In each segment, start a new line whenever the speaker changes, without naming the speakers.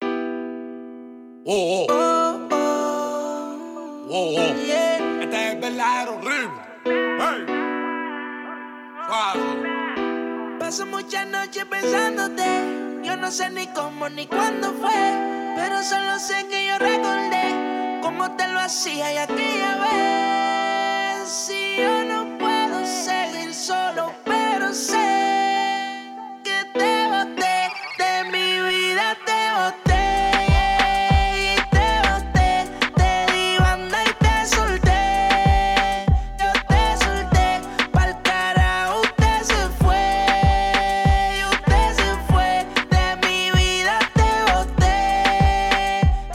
Whoa,
oh.
whoa. Whoa, whoa. Esta Este es verdad, era horrible. Hey. Suave.
Paso muchas noches pensándote. Yo no sé ni cómo ni cuándo fue. Pero solo sé que yo recordé cómo te lo hacía y aquella vez. Si yo no puedo seguir solo, pero sé que te boté. De mi vida te boté. Y te boté. Te di banda y te solté. Yo te solté. Pa'l carajo usted se fue. Y usted se fue. De mi vida te boté.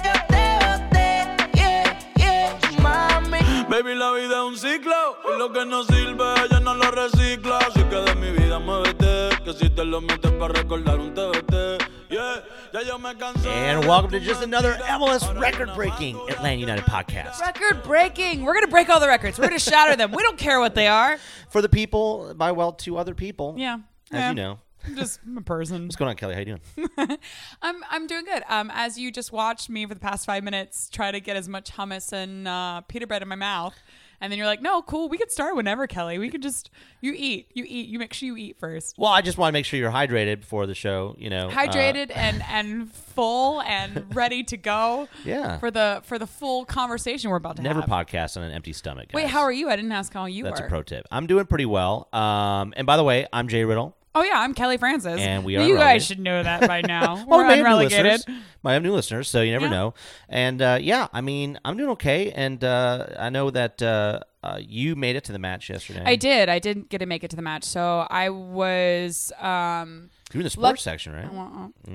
Yo te boté. Yeah, yeah, mami.
Baby, la vida es un ciclo y lo que no sirve ella no lo recicla. Así que de mi vida muévete, que si te lo metes para recordar un TBT. Yeah, ya yo me cansé.
And welcome to just another MLS record breaking Atlanta United podcast.
Record breaking. We're going to break all the records. We're going to shatter them. We don't care what they are.
For the people, by well, to other people.
Yeah.
As
Yeah.
you know.
I'm just I'm a person.
What's going on, Kelly? How you doing?
I'm I'm doing good. Um, as you just watched me for the past five minutes try to get as much hummus and uh, pita bread in my mouth, and then you're like, "No, cool. We could start whenever, Kelly. We could just you eat, you eat. You make sure you eat first.
Well, I just want to make sure you're hydrated before the show, you know. uh,
Hydrated and and full and ready to go.
Yeah.
For the for the full conversation we're about to
never
have.
podcast on an empty stomach.
Wait,
guys.
how are you? I didn't ask how you
That's
were.
a pro tip. I'm doing pretty well. Um, and by the way, I'm Jay Riddle.
oh yeah, I'm Kelly Francis.
And we
You
are relegated.
guys should know that by now.
Well,
we're
we may have Oh, new
unrelegated.
listeners. Might have new listeners, so you never
Yeah.
know. And uh, yeah, I mean, I'm doing okay, and uh, I know that uh, uh, you made it to the match yesterday.
I did. I didn't get to make it to the match, so I was um,
You're in the sports
Luck-
section, right?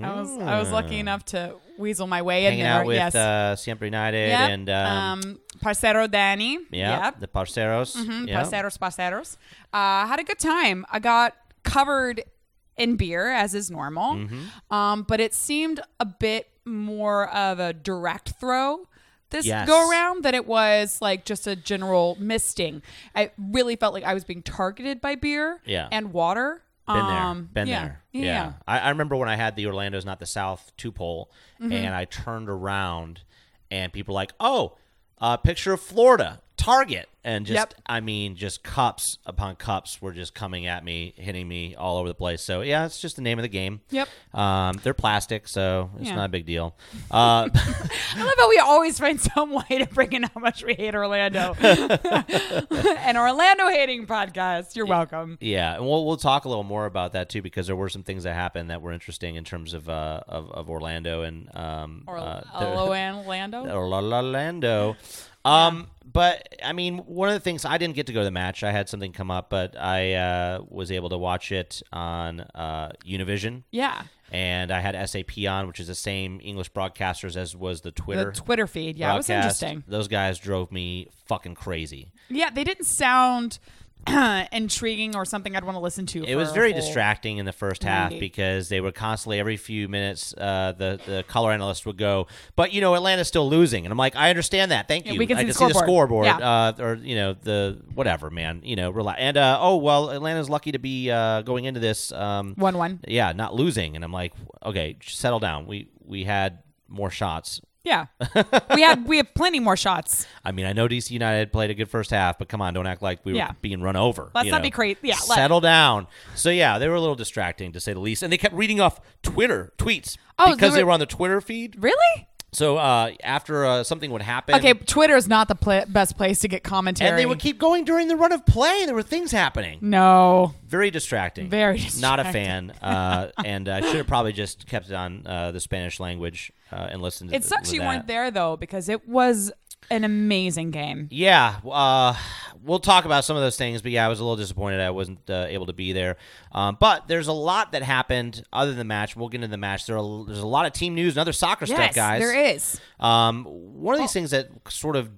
I was I was lucky enough to weasel my way in
Mm. Hanging
there.
out with
yes,
uh, Siempre United
Yep.
and um,
Parcero Danny.
yeah,
Yep.
the Parceros.
Mm,
yeah.
Parceros, parceros. Uh, had a good time. I got covered in beer as is normal,
Mm-hmm.
um, but it seemed a bit more of a direct throw this
Yes.
go around than it was like just a general misting. I really felt like I was being targeted by beer
Yeah.
and water.
Been there,
Um,
been
yeah.
there.
Yeah.
Yeah, I, I remember when I had the Orlando's not the South two pole, and I turned around, and people were like, "Oh, a picture of Florida Target," and just,
Yep.
I mean, just cups upon cups were just coming at me, hitting me all over the place. So yeah, it's just the name of the game.
Yep.
Um, they're plastic, so it's
Yeah.
not a big deal. Uh,
I love how we always find some way to bring in how much we hate Orlando. An Orlando hating podcast. You're welcome.
Yeah, and we'll we'll talk a little more about that too because there were some things that happened that were interesting in terms of uh, of, of Orlando and um
Or
uh,
hello, Orlando.
Or- Orlando. Um, but I mean, one of the things I didn't get to go to the match. I had something come up, but I uh, was able to watch it on uh, Univision,
Yeah.
and I had SAP on, which is the same English broadcasters as was the Twitter.
The Twitter feed. Yeah, it was
broadcast.
interesting.
Those guys drove me fucking crazy.
Yeah, they didn't sound intriguing or something I'd want to listen to.
It was very distracting in the first half
90.
because they were constantly every few minutes uh, the the color analyst would go, but you know Atlanta's still losing, and I'm like, I understand that, thank
Yeah,
you.
we can
I
see the
can see the
scoreboard.
scoreboard,
Yeah.
uh, or you know the whatever, man, you know, relax. And uh, oh well, Atlanta's lucky to be uh, going into this, um,
One one.
yeah, not losing, and I'm like, okay, just settle down. We we had more shots.
Yeah, we had we have plenty more shots.
I mean, I know DC United played a good first half, but come on, don't act like we were
Yeah.
being run over.
Let's
you
not
know.
be crazy. Yeah, let-
settle down. So yeah, they were a little distracting to say the least, and they kept reading off Twitter tweets
Oh, they
because they
were-
were on the Twitter feed.
Really?
So uh, after uh, something would happen,
Okay, Twitter is not the pla best place to get commentary.
and they would keep going during the run of play. There were things happening,
no.
very distracting.
Very
Not a
distracting.
fan, uh, and I should have probably just kept it on uh, the Spanish language uh, and listened. to
It
th-
sucks
to
you
that.
weren't there though because it was an amazing game.
Yeah, uh, we'll talk about some of those things, but yeah, I was a little disappointed I wasn't uh, able to be there. Um, but there's a lot that happened other than the match. We'll get into the match. There are, there's a lot of team news and other soccer stuff, guys.
there is. Oh.
Um, one of these things that sort of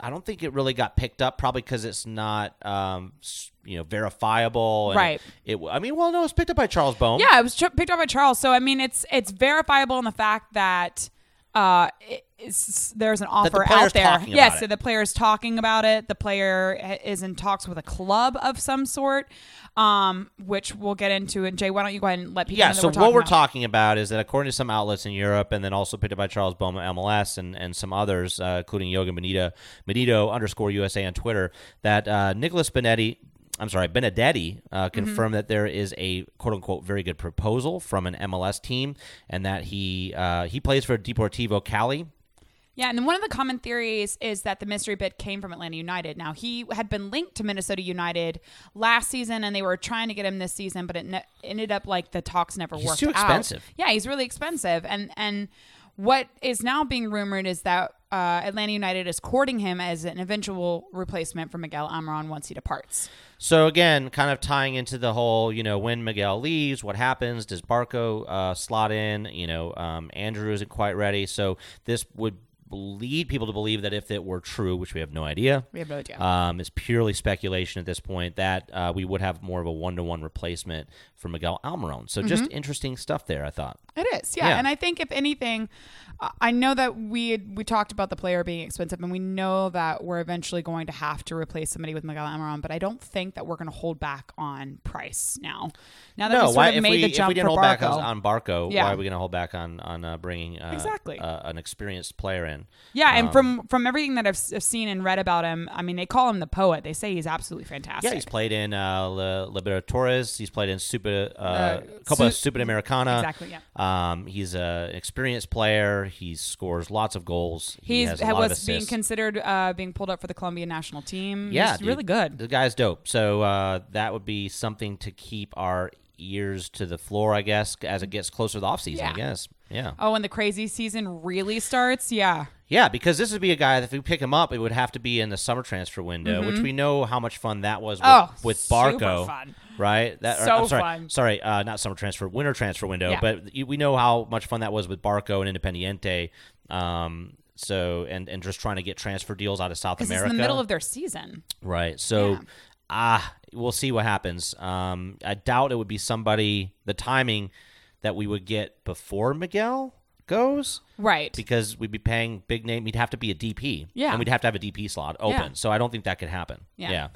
I don't think it really got picked up, probably because it's not um, s- you know verifiable. and
Right.
It, I mean, well, no, it was picked up by Charles Bohm.
Yeah, it was ch- picked up by Charles. So I mean, it's it's verifiable in the fact that uh, it- it's, there's an
the
offer
player's
out there.
talking
Yes,
about
so
it.
the player's talking about it. The player ha- is in talks with a club of some sort, um, which we'll get into. And Jay, why don't you go ahead and let people
Yeah,
know that
so
we're
what we're
about.
talking about is that according to some outlets in Europe, and then also picked up by Charles Boma MLS and, and some others, uh, including Yoga Benito, Benito underscore USA on Twitter, that uh, Nicholas Benetti, I'm sorry, Benedetti uh, confirmed that there is a quote unquote very good proposal from an MLS team, and that he uh, he plays for Deportivo Cali.
Yeah, and then one of the common theories is that the mystery bid came from Atlanta United. Now he had been linked to Minnesota United last season, and they were trying to get him this season, but it ne- ended up like the talks never
He's
worked.
too
out.
expensive.
Yeah, he's really expensive, and and what is now being rumored is that uh, Atlanta United is courting him as an eventual replacement for Miguel Amaron once he departs.
So again, kind of tying into the whole, you know, when Miguel leaves, what happens? Does Barco uh, slot in? You know, um, Andrew isn't quite ready. So this would lead people to believe that if it were true, which we have no idea,
We have no idea.
um, it's purely speculation at this point that uh, we would have more of a one-to-one replacement for Miguel Almiron. So just
Mm-hmm.
interesting stuff there, I thought.
It is, yeah.
Yeah.
And I think if anything, I- I know that we had, we talked about the player being expensive, and we know that we're eventually going to have to replace somebody with Miguel Amaron. But I don't think that we're going to hold back on price now. Now that we sort of
if,
made
we,
the
if
jump
we didn't
for
hold
Barco,
back on, on Barco,
Yeah.
why are we going to hold back on on uh, bringing uh,
Exactly.
uh, an experienced player in?
yeah. And
um,
from from everything that I've, s- I've seen and read about him, I mean, they call him the poet. They say he's absolutely fantastic.
Yeah, he's played in uh, La Libertadores. He's played in Super uh, Copa
Su-
Sudamericana.
Exactly, yeah.
Um, he's a- an experienced player. He scores lots of goals. he
He's
has a lot of
was
assists.
being considered uh, being pulled up for the Colombian national team.
yeah,
he's
dude.
really good.
The guy's dope. So uh, that would be something to keep our ears to the floor, I guess, as it gets closer to the offseason,
Yeah.
I guess. Yeah.
Oh, and the crazy season really starts. Yeah.
Yeah, because this would be a guy that if we pick him up, it would have to be in the summer transfer window, which we know how much fun that was with,
Mm-hmm. Oh,
with
super
Barco,
fun.
right? That, or,
So
I'm sorry,
fun.
sorry, uh, not summer transfer, winter transfer window.
Yeah.
But you, we know how much fun that was with Barco and Independiente. Um, so and and just trying to get transfer deals out of South
Because it's
America,
in the middle of their season.
right? So
Yeah.
ah, we'll see what happens. Um, I doubt it would be somebody the timing that we would get before Miguel goes
Right.
because we'd be paying big name. We'd have to be a DP,
Yeah.
and we'd have to have a DP slot open.
Yeah.
So I don't think that could happen.
Yeah.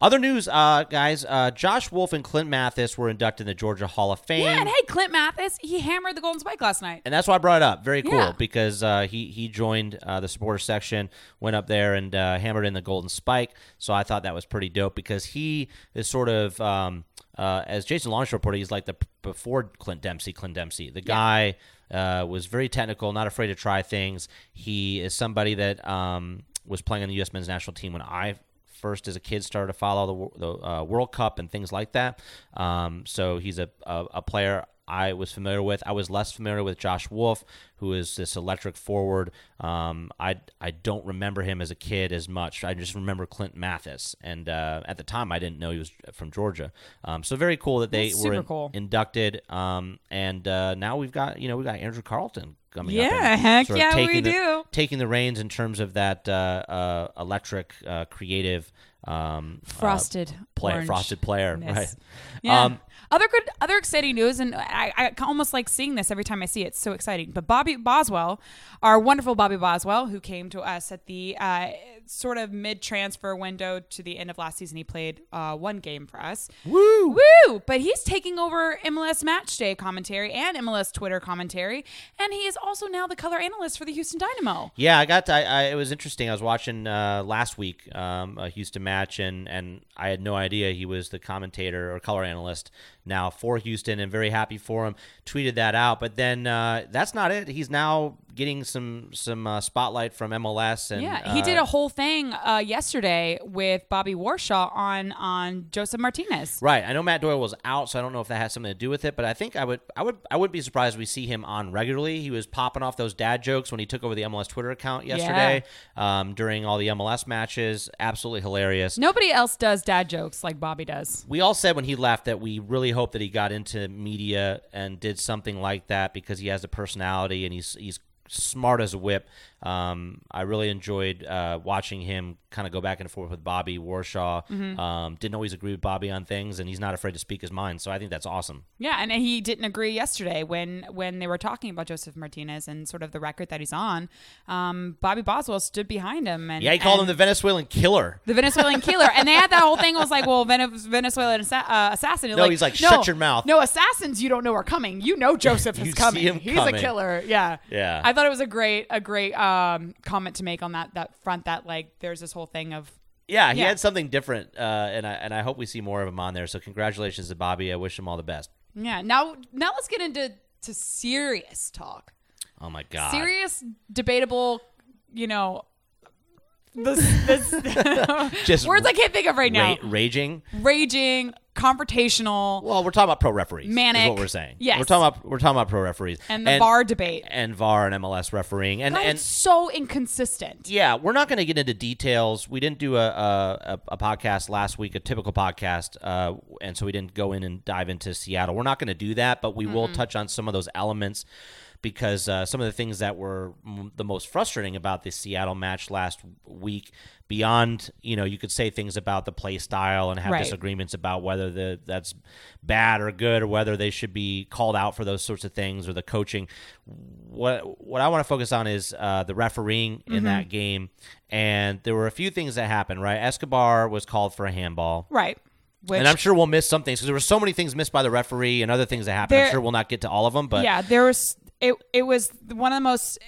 Other news, uh, guys. Uh, Josh Wolf and Clint Mathis were inducted in the Georgia Hall of Fame.
Yeah, and hey, Clint Mathis, he hammered the Golden Spike last night.
And that's why I brought it up. Very cool
Yeah.
because uh, he he joined uh, the supporter section, went up there and uh, hammered in the golden spike. So I thought that was pretty dope because he is sort of um, uh, as Jason Longshore reported, he's like the before Clint Dempsey. Clint Dempsey, the guy uh, was very technical, not afraid to try things. He is somebody that um, was playing on the U.S. men's national team when I first as a kid started to follow the, wor- the uh, World Cup and things like that. Um, so he's a, a, a player I was familiar with. I was less familiar with Josh Wolf, who is this electric forward. Um, I I don't remember him as a kid as much. I just remember Clint Mathis, and uh, at the time I didn't know he was from Georgia. Um, so very cool that they
That's
were
super cool.
inducted. Um, and uh, now we've got you know we got Andrew Carlton coming up.
Yeah,
and
heck
sort of
yeah, we
taking the-
do.
taking the reins in terms of that uh, uh, electric, uh, creative, um, uh,
Frosted
player,
orange
frosted player,
Yes.
right?
Yeah.
Um,
other good, other exciting news, and I, I ca- almost like seeing this every time I see it. It's so exciting. But Bobby Boswell, our wonderful Bobby Boswell, who came to us at the uh, sort of mid-transfer window to the end of last season, he played uh, one game for us. Woo, woo! But he's taking over MLS Matchday commentary and MLS Twitter commentary, and he is also now the color analyst for the Houston Dynamo.
Yeah, I got. To, I, I it was interesting. I was watching uh, last week um, a Houston match, and and I had no idea he was the commentator or color analyst now for Houston, and very happy for him. Tweeted that out, but then uh, that's not it. He's now getting some some uh, spotlight from MLS, and
Yeah, he
uh,
did a whole thing uh, yesterday with Bobby Warshaw on on Joseph Martinez.
Right. I know Matt Doyle was out, so I don't know if that has something to do with it, but I think I would I would I would be surprised if we see him on regularly. He was popping off those dad jokes when he took over the MLS Twitter account yesterday um, during all the MLS matches. Absolutely hilarious.
Nobody else does dad jokes like Bobby does.
We all said when he left that we really hope that he got into media and did something like that because he has the personality and he's he's smart as a whip. Um, I really enjoyed uh, watching him kind of go back and forth with Bobby Warshaw.
Mm-hmm.
Um, didn't always agree with Bobby on things, and he's not afraid to speak his mind. So I think that's awesome.
Yeah, and he didn't agree yesterday when when they were talking about Joseph Martinez and sort of the record that he's on. Um, Bobby Boswell stood behind him, and
Yeah, he called him
and-
the Venezuelan killer.
the Venezuelan killer, and they had that whole thing. It was like, well, Vene- Venezuelan assa- uh, assassin.
No, he's like, shut your mouth.
No assassins, you don't know are coming. You know Joseph
You
is
see
coming.
him
he's
coming.
a killer. Yeah,
Yeah.
I thought it was a great, a great um, comment to make on that that front. That like, there's this whole thing of
Yeah, he
Yeah.
had something different, uh, and I and I hope we see more of him on there. So congratulations to Bobby. I wish him all the best.
yeah. Now, now let's get into to serious talk.
Oh my god.
Serious, debatable. You know, this, this
Just
words I can't think of right now.
Ra- raging.
Raging, confrontational,
Well, we're talking about pro referees. Is
Manic.
what we're saying.
Yes.
We're talking about we're talking about pro referees
and the bar debate.
and VAR and MLS refereeing and
God,
and
it's so inconsistent.
yeah, we're not going to get into details. We didn't do a, a, a- a podcast last week, a typical podcast, uh, and so we didn't go in and dive into Seattle. We're not going to do that, but we will touch on some of those elements because uh, some of the things that were m- the most frustrating about the Seattle match last week, beyond you know, you could say things about the play style and have
Right.
disagreements about whether the that's bad or good or whether they should be called out for those sorts of things or the coaching what what I want to focus on is uh, the refereeing in
Mm-hmm.
that game, and there were a few things that happened. Right, Escobar was called for a handball,
Right. Which,
and I'm sure we'll miss some things because there were so many things missed by the referee and other things that happened. I'm
There-
sure we'll not get to all of them, but
yeah, there was it. It was one of the most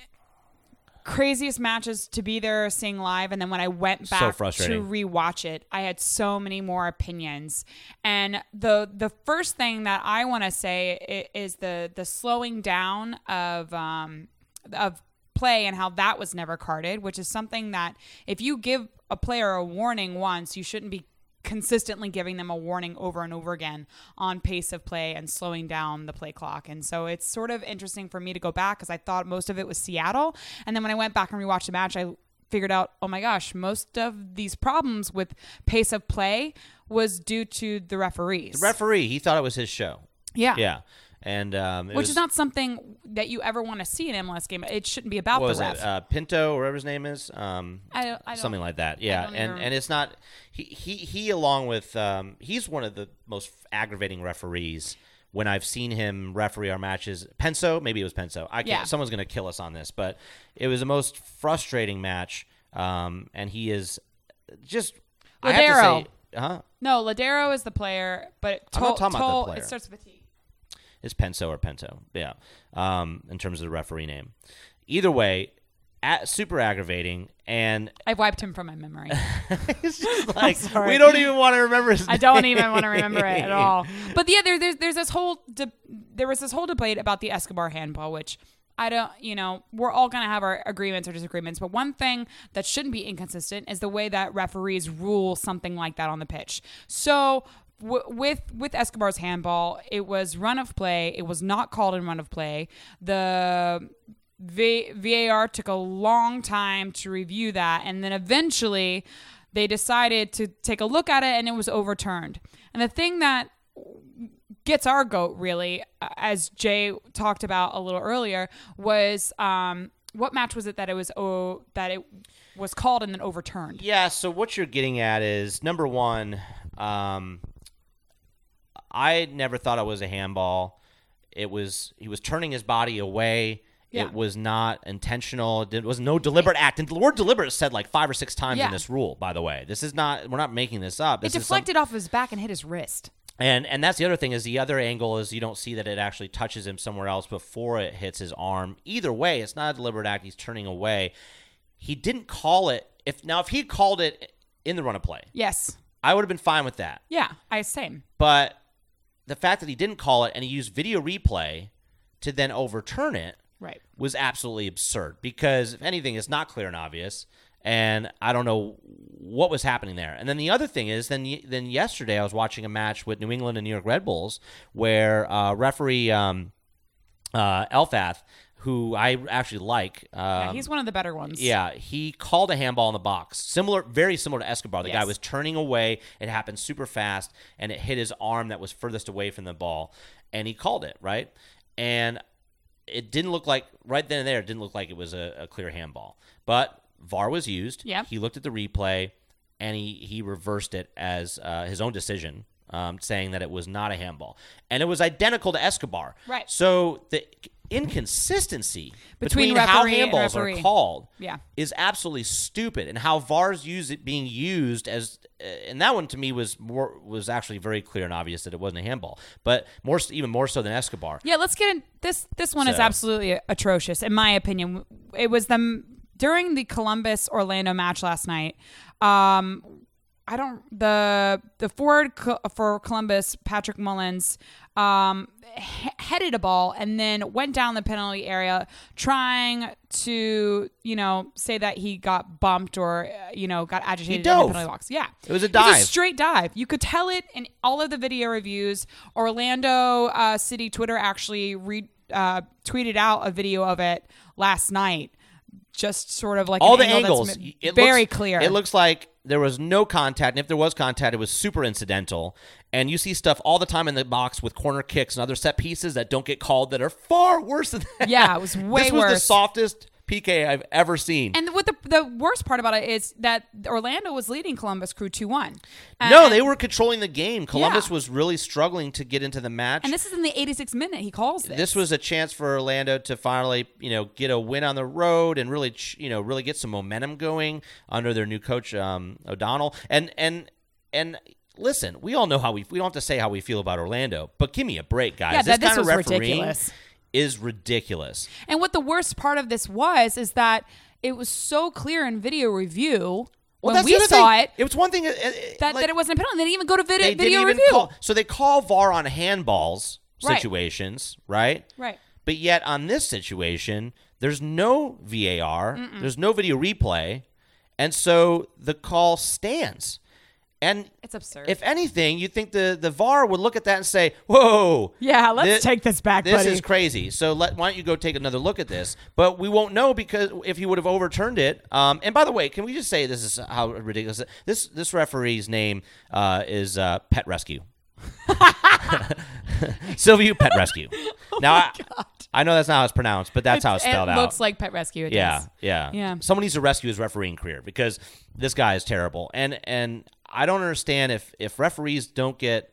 craziest matches to be there seeing live, and then when I went
So
back to
frustrating.
rewatch it, I had so many more opinions. And the the first thing that I want to say i- is the the slowing down of um of play and how that was never carded, which is something that if you give a player a warning once, you shouldn't be consistently giving them a warning over and over again on pace of play and slowing down the play clock. And so it's sort of interesting for me to go back because I thought most of it was Seattle. And then when I went back and rewatched the match, I figured out, oh my gosh, most of these problems with pace of play was due to the referees.
referee he thought it was his show.
yeah.
Yeah, and um, it
Which
was,
is not something that you ever want to see in an MLS game. It shouldn't be about
what
the
was
ref.
it uh, Pinto or whatever his name is. Um,
I don't- I don't-
something like that. Yeah,
don't
and
even-
and it's not he he he along with um, he's one of the most aggravating referees. When I've seen him referee our matches, Penso, maybe it was Penso. I can't,
Yeah.
someone's going to kill us on this, but it was the most frustrating match. Um, and he is just I have
Ladero.
to say, uh-huh, huh?
no, Ladero is the player, but
I'm not
Tol,
talking about the
Tol-
player.
it starts with a T.
It's Penso or Pento. Yeah. Um, in terms of the referee name, either way, at, super aggravating. And
I've wiped him from my memory.
it's just like
sorry.
we don't even want to remember his
I don't even want to remember it at all. But yeah, there, there's there's this whole de- there was this whole debate about the Escobar handball, which I don't, you know, we're all gonna have our agreements or disagreements. But one thing that shouldn't be inconsistent is the way that referees rule something like that on the pitch. So. W- with with Escobar's handball, it was run of play. It was not called in run of play. The v- VAR took a long time to review that, and then eventually they decided to take a look at it, and it was overturned. And the thing that gets our goat really, uh, as Jay talked about a little earlier, was um, what match was it that it was oh that it was called and then overturned?
Yeah. So what you're getting at is number one. Um, I never thought it was a handball. It was he was turning his body away.
Yeah.
It was not intentional. It was no deliberate act. And the word deliberate is said like five or six times
Yeah.
in this rule. By the way, this is not. We're not making this up.
It
This is some-
deflected off of his back and hit his wrist.
And and that's the other thing is the other angle is you don't see that it actually touches him somewhere else before it hits his arm. Either way, it's not a deliberate act. He's turning away. He didn't call it. If now if he called it in the run of play,
Yes.
I would have been fine with that.
Yeah. I same.
But the fact that he didn't call it and he used video replay to then overturn it
Right.
was absolutely absurd because if anything it's not clear and obvious and I don't know what was happening there. And then the other thing is then ye- then yesterday I was watching a match with New England and New York Red Bulls where uh, referee um, uh, Elfath who I actually like um,
Yeah, he's one of the better ones.
yeah, he called a handball in the box. Similar, very similar to Escobar. The guy
Yes.
was turning away. It happened super fast, and it hit his arm that was furthest away from the ball, and he called it right. And it didn't look like right then and there. It didn't look like it was a, a clear handball, but VAR was used.
Yep.
he looked at the replay and he he reversed it as uh, his own decision. Um, saying that it was not a handball, and it was identical to Escobar.
Right.
So the inconsistency
Between
between, how
referee and
handballs
referee.
are called
Yeah.
is absolutely stupid, and how VAR's use it being used as uh, and that one to me was more was actually very clear and obvious that it wasn't a handball, but more s- even more so than Escobar.
Yeah, let's get in. This this one is
So-
absolutely atrocious, in my opinion. It was them during the Columbus Orlando match last night. Um, I don't the the forward co- for Columbus, Patrick Mullins, um, he- headed a ball and then went down the penalty area, trying to you know say that he got bumped or uh, you know got agitated in the
dove.
penalty box. Yeah,
It was a
It's
dive.
straight dive. You could tell it in all of the video reviews. Orlando uh, City Twitter actually re- uh, tweeted out a video of it last night. Just sort of like
All
an
the
angle
angles,
that's m-
it
very
looks,
clear.
It looks like there was no contact, and if there was contact, it was super incidental. And you see stuff all the time in the box with corner kicks and other set pieces that don't get called that are far worse than that.
Yeah, it was way
this was the
worse.
softest PK I've ever seen.
And what the the worst part about it is that Orlando was leading Columbus Crew two one.
No, they were controlling the game. Columbus
Yeah.
was really struggling to get into the match.
And this is in the 86th minute. He calls this.
this was a chance for Orlando to finally, you know, get a win on the road and really, ch- you know, really get some momentum going under their new coach um, O'Donnell. And and and listen, we all know how we we don't have to say how we feel about Orlando, but give me a break, guys.
Yeah,
this
that- this
kind of
was
refereeing
ridiculous.
is ridiculous.
and what the worst part of this was is that it was so clear in video review
Well,
when
that's
we
the other
saw
thing.
it
It was one thing uh, uh,
that,
like-
that it wasn't a penalty. They didn't even go to video,
they
video
didn't even
review.
call. So they call VAR on handballs
Right.
situations, right?
Right.
But yet on this situation, there's no VAR, there's no video replay, and so the call stands. And
It's absurd.
if anything, you'd think the, the VAR would look at that and say, "Whoa,
Yeah, let's
thi-
take this back,
This
buddy."
is crazy. So let, why don't you go take another look at this? But we won't know because if he would have overturned it. Um, and by the way, can we just say this is how ridiculous this this referee's name uh, is uh, Pet Rescue. Sylvia Pet Rescue.
Oh
now I, I know that's not how it's pronounced, but that's how it's spelled
it
out.
looks like pet rescue. It
Yeah,
does.
yeah,
Yeah.
Someone needs to rescue his refereeing career because this guy is terrible, and and I don't understand if if referees don't get.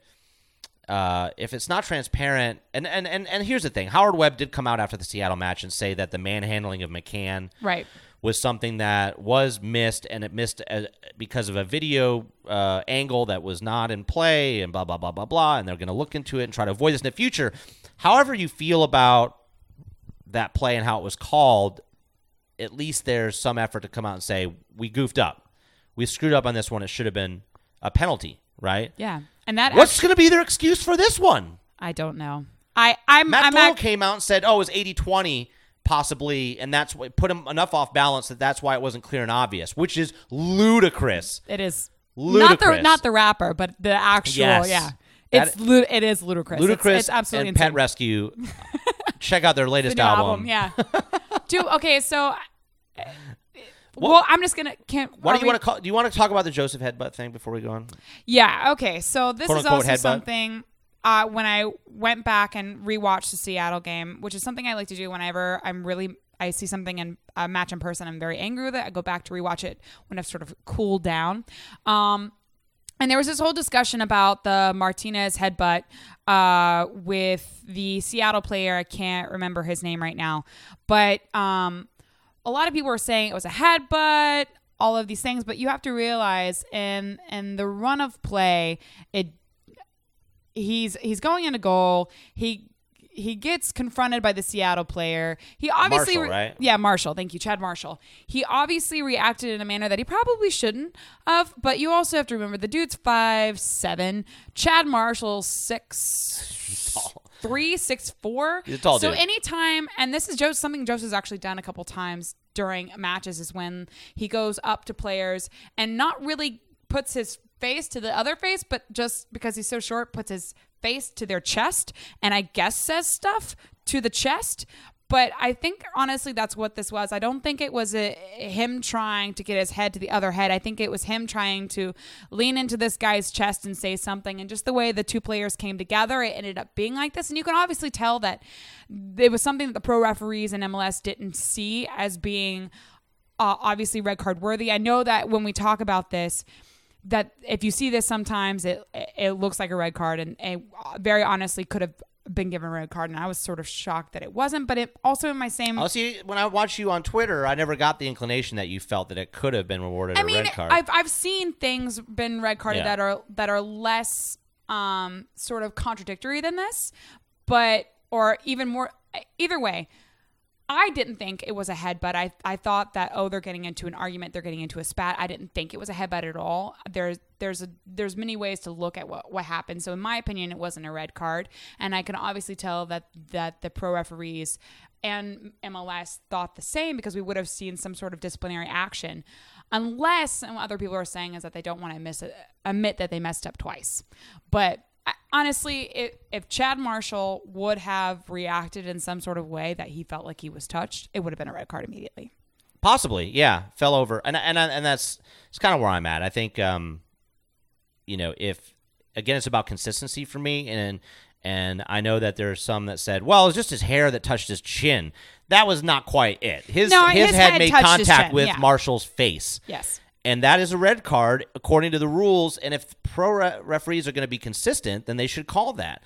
Uh, if it's not transparent, and, and, and, and here's the thing Howard Webb did come out after the Seattle match and say that the manhandling of McCann
Right.
was something that was missed, and it missed uh, because of a video uh, angle that was not in play, and blah blah blah blah blah. And they're going to look into it and try to avoid this in the future. However, you feel about that play and how it was called, at least there's some effort to come out and say we goofed up, we screwed up on this one. It should have been a penalty, right?
Yeah. And that
What's going to be their excuse for this one?
I don't know. I I'm
Matt
I'm
Doyle
act-
came out and said, "Oh, it was 80-20 possibly, and that's what put him enough off balance that that's why it wasn't clear and obvious," which is ludicrous.
It is not the
Ludicrous.
not the rapper, but the actual.
Yes.
Yeah.
That-
It's lu- it is ludicrous. It's-
Ludicrous
It's, absolutely
and Pet
insane.
Rescue. Check out their latest
The new
album.
Yeah. Dude, okay, so. uh, well, I'm just gonna can't.
Why
are
do you
we-
want to call? Do you want to talk about the Joseph headbutt thing before we go on?
Yeah. Okay. So this
Quote,
is
unquote,
also
headbutt.
something uh, when I went back and rewatched the Seattle game, which is something I like to do whenever I'm really I see something in a match in person, I'm very angry with it. I go back to rewatch it when I've sort of cooled down. Um, and there was this whole discussion about the Martinez headbutt uh, with the Seattle player. I can't remember his name right now, but um, a lot of people were saying it was a headbutt, all of these things. But you have to realize in in the run of play, it he's he's going into goal. He he gets confronted by the Seattle player. He obviously
Marshall, right?
yeah, Marshall. Thank you, Chad Marshall. He obviously reacted in a manner that he probably shouldn't have, but you also have to remember the dude's five seven. Chad Marshall six three, six four.
a tall
so
dude.
anytime, and this is Joe something Joseph's actually done a couple times during matches is when he goes up to players and not really puts his face to the other face, but just because he's so short, puts his face to their chest and I guess says stuff to the chest. But I think honestly, that's what this was. I don't think it was a, him trying to get his head to the other head. I think it was him trying to lean into this guy's chest and say something. And just the way the two players came together, it ended up being like this. And you can obviously tell that it was something that the pro referees and MLS didn't see as being uh, obviously red card worthy. I know that when we talk about this, that if you see this sometimes, it it looks like a red card, and it very honestly could have been given a red card, and I was sort of shocked that it wasn't. But it also in my same.
Oh, see, when I watched you on Twitter, I never got the inclination that you felt that it could have been rewarded
I
a
mean,
red card.
I've I've seen things been red carded
Yeah.
that are that are less um sort of contradictory than this, but or even more. Either way, I didn't think it was a headbutt. I, I thought that oh they're getting into an argument, they're getting into a spat. I didn't think it was a headbutt at all. There's there's a there's many ways to look at what what happened. So in my opinion, it wasn't a red card, and I can obviously tell that that the pro referees and MLS thought the same because we would have seen some sort of disciplinary action, unless and what other people are saying is that they don't want to miss admit that they messed up twice, but. I- honestly, if, if Chad Marshall would have reacted in some sort of way that he felt like he was touched, it would have been a red card immediately.
Possibly, yeah, fell over, and and and that's it's kind of where I'm at. I think, um, you know, if again, it's about consistency for me, and and I know that there's some that said, well, it's just his hair that touched his chin. That was not quite it. His
No,
his,
his
head,
head
made
touched his
contact
chin,
with
yeah.
Marshall's face.
Yes.
And that is a red card according to the rules. And if pro re- referees are going to be consistent, then they should call that.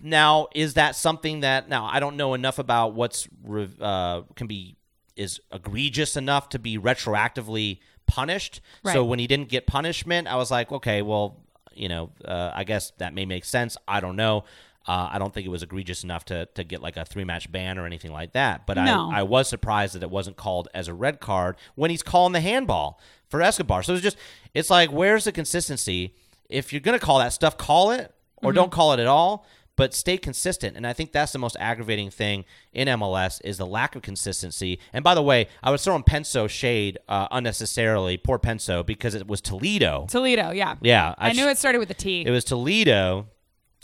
Now, is that something that now I don't know enough about what's re- uh, can be is egregious enough to be retroactively punished? So
Right.
when he didn't get punishment, I was like, okay, well, you know, uh, I guess that may make sense. I don't know. Uh, I don't think it was egregious enough to, to get like a three match ban or anything like that. But
No.
I, I was surprised that it wasn't called as a red card when he's calling the handball for Escobar. So it's just, it's like, where's the consistency? If you're going to call that stuff, call it or
Mm-hmm.
don't call it at all, but stay consistent. And I think that's the most aggravating thing in MLS is the lack of consistency. And by the way, I was throwing Penso shade uh, unnecessarily, poor Penso, because it was Toledo.
Toledo, yeah.
Yeah,
I,
sh-
knew it started with a T.
It was Toledo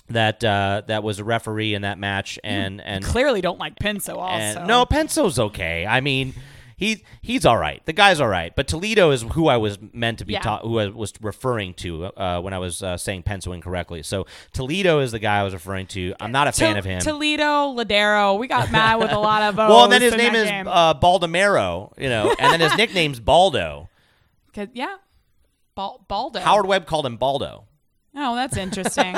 that uh, that was a referee in that match, and and
Clearly don't like Pinso also.
and- no, Penso's okay. I mean, he he's all right. The guy's all right. But Toledo is who I was meant to be
Yeah.
ta- who I was referring to uh, when I was uh, saying Penso incorrectly. So Toledo is the guy I was referring to. I'm not a fan
To-
of him.
Toledo, Ladero. We got mad with a lot of O's
well, and then his
in
name
that
is
game.
uh, Baldomero, you know, and then his nickname's Baldo.
'Cause- yeah. Bal- Baldo.
Howard Webb called him Baldo.
Oh, that's interesting.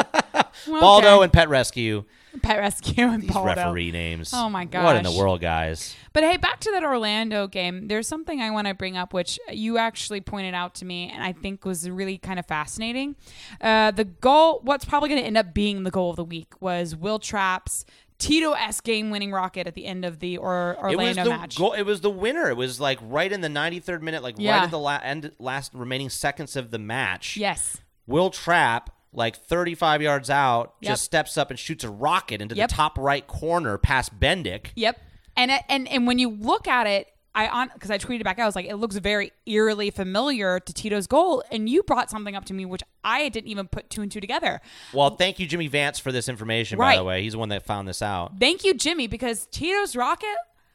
Well,
Baldo
okay.
and Pet Rescue.
Pet Rescue and
These
Baldo.
referee names.
Oh my
What in the
gosh.
world, guys?
But hey, back to that Orlando game. There's something I want to bring up, which you actually pointed out to me, and I think was really kind of fascinating. Uh, the goal, what's probably going to end up being the goal of the week, was Will Trapp's Tito S game winning rocket at the end of the or- Orlando
it was the
match.
Goal, it was the winner. It was like right in the 93rd minute, like right
Yeah.
at the la- end, last remaining seconds of the match.
yes.
Will Trap, like 35 yards out,
Yep.
just steps up and shoots a rocket into
Yep.
the top right corner past Bendick.
Yep. And it, and and when you look at it, I on because I tweeted back. I was like, it looks very eerily familiar to Tito's goal. And you brought something up to me, which I didn't even put two and two together.
Well, thank you, Jimmy Vance, for this information, by
Right.
the way. He's the one that found this out.
Thank you, Jimmy, because Tito's rocket,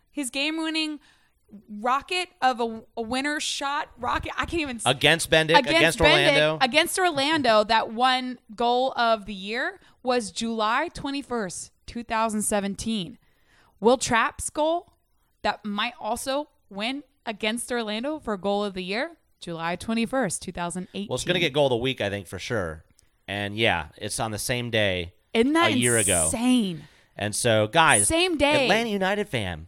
his game-winning rocket of a, a winner shot rocket. I can't even s-
Against Bendick, against,
Bendick-
Orlando.
against Orlando. That one goal of the year was July twenty-first, two thousand seventeen. Will Trapp's goal that might also win against Orlando for goal of the year, July twenty-first, two thousand eighteen.
well, it's going to get goal of the week, I think, for sure. And yeah, it's on the same day
Isn't that
a year ago.
Insane.
And so, guys,
Same day.
Atlanta United fam,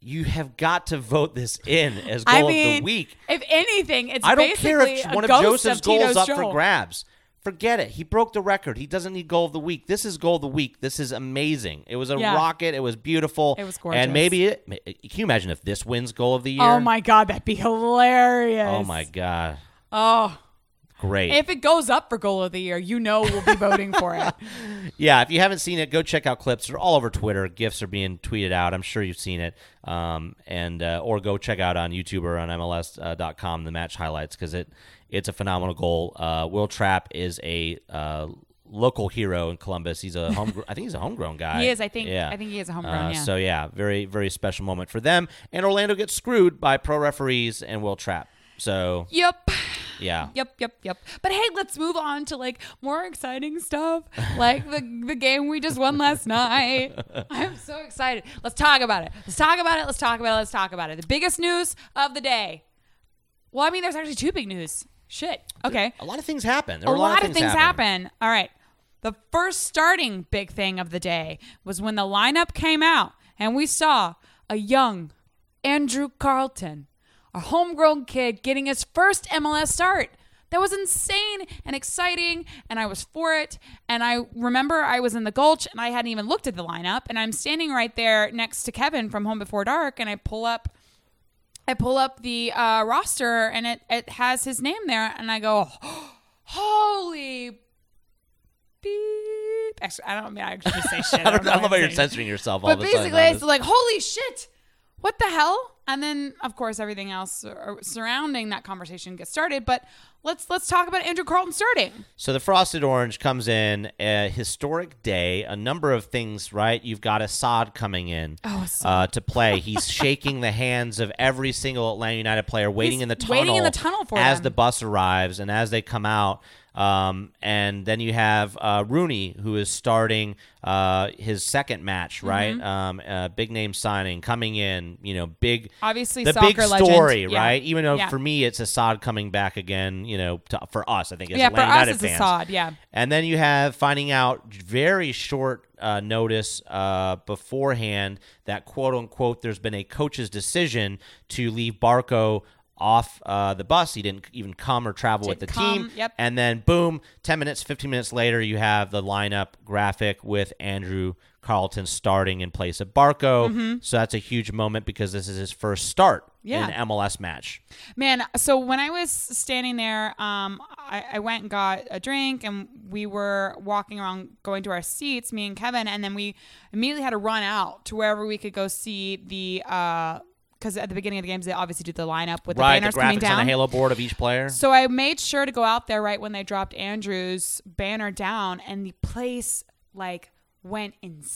you have got to vote this in as goal
I mean,
of the week.
if anything, it's
I don't care
basically
if
a
one of
ghost
Joseph's goals
Tito's
up
Joel.
for grabs. Forget it. He broke the record. He doesn't need goal of the week. This is goal of the week. This is amazing. It was a
Yeah.
rocket. It was beautiful.
It was
And
gorgeous.
maybe it. ma- Can you imagine if this wins goal of the year?
Oh my god, that'd be hilarious.
Oh my god.
Oh,
Great.
if it goes up for goal of the year, you know we'll be voting for it.
yeah. If you haven't seen it, go check out clips. They're all over Twitter. Gifts are being tweeted out. I'm sure you've seen it. Um, and uh, or go check out on YouTube or on MLS.com the match highlights because it it's a phenomenal goal. Uh, Will Trap is a uh, local hero in Columbus. He's a home, I think he's a homegrown guy. Uh,
He is, I think- I think he is a homegrown, yeah.
So yeah, very very special moment for them. And Orlando gets screwed by pro referees and Will Trap. So
Yep.
yeah,
Yep, yep, yep. But hey, let's move on to like more exciting stuff, like the the game we just won last night. I'm so excited. Let's talk about it. Let's talk about it. Let's talk about it. Let's talk about it. The biggest news of the day. Well, I mean, there's actually two big news. Shit. Okay.
a lot of things happen. There
A
were
lot, of things happen. All right. The first starting big thing of the day was when the lineup came out and we saw a young Andrew Carlton, a homegrown kid, getting his first MLS start. That was insane and exciting, and I was for it. And I remember I was in the gulch and I hadn't even looked at the lineup, and I'm standing right there next to Kevin from Home Before Dark, and I pull up I pull up the uh, roster and it, it has his name there, and I go, holy beep. Actually, I don't mean I actually say shit.
I, don't,
know
I
what
love how
I'm
you're
saying.
censoring yourself. all
But
of a sudden
basically,
on
it's
this.
like, holy shit, what the hell? And then, of course, everything else uh, surrounding that conversation gets started. But let's let's talk about Andrew Carlton starting.
So the frosted orange comes in a historic day. A number of things, right? You've got Assad coming in
Oh,
uh, to play. He's shaking the hands of every single Atlanta United player, waiting
He's
in the tunnel,
waiting in the tunnel for
as
them.
the bus arrives and as they come out. Um, and then you have uh, Rooney, who is starting uh, his second
Mm-hmm.
match, right? Um, uh, big name signing coming in, you know, big
Obviously,
the
soccer
big
legend.
story,
Yeah.
right? Even though
Yeah.
for me it's Assad coming back again, you know, to, for us, I think as
yeah, for
Atlanta
us,
United
it's
fans.
Assad. Yeah,
And then you have finding out very short uh, notice uh, beforehand that quote unquote there's been a coach's decision to leave Barco off uh, the bus. He didn't even come or travel with the
Didn't come,
team.
yep.
And then boom, 10 minutes, 15 minutes later, you have the lineup graphic with Andrew Carlton starting in place of Barco. So that's a huge moment because this is his first start
Mm-hmm. Yeah.
in an MLS match.
Man, so when I was standing there, um, I, I went and got a drink, and we were walking around, going to our seats, me and Kevin, and then we immediately had to run out to wherever we could go see the. Because at the beginning of the games, they obviously do the lineup with
right,
the banners
the
coming
graphics
down.
on the Halo board of each player.
So I made sure to go out there right when they dropped Andrew's banner down, and the place like went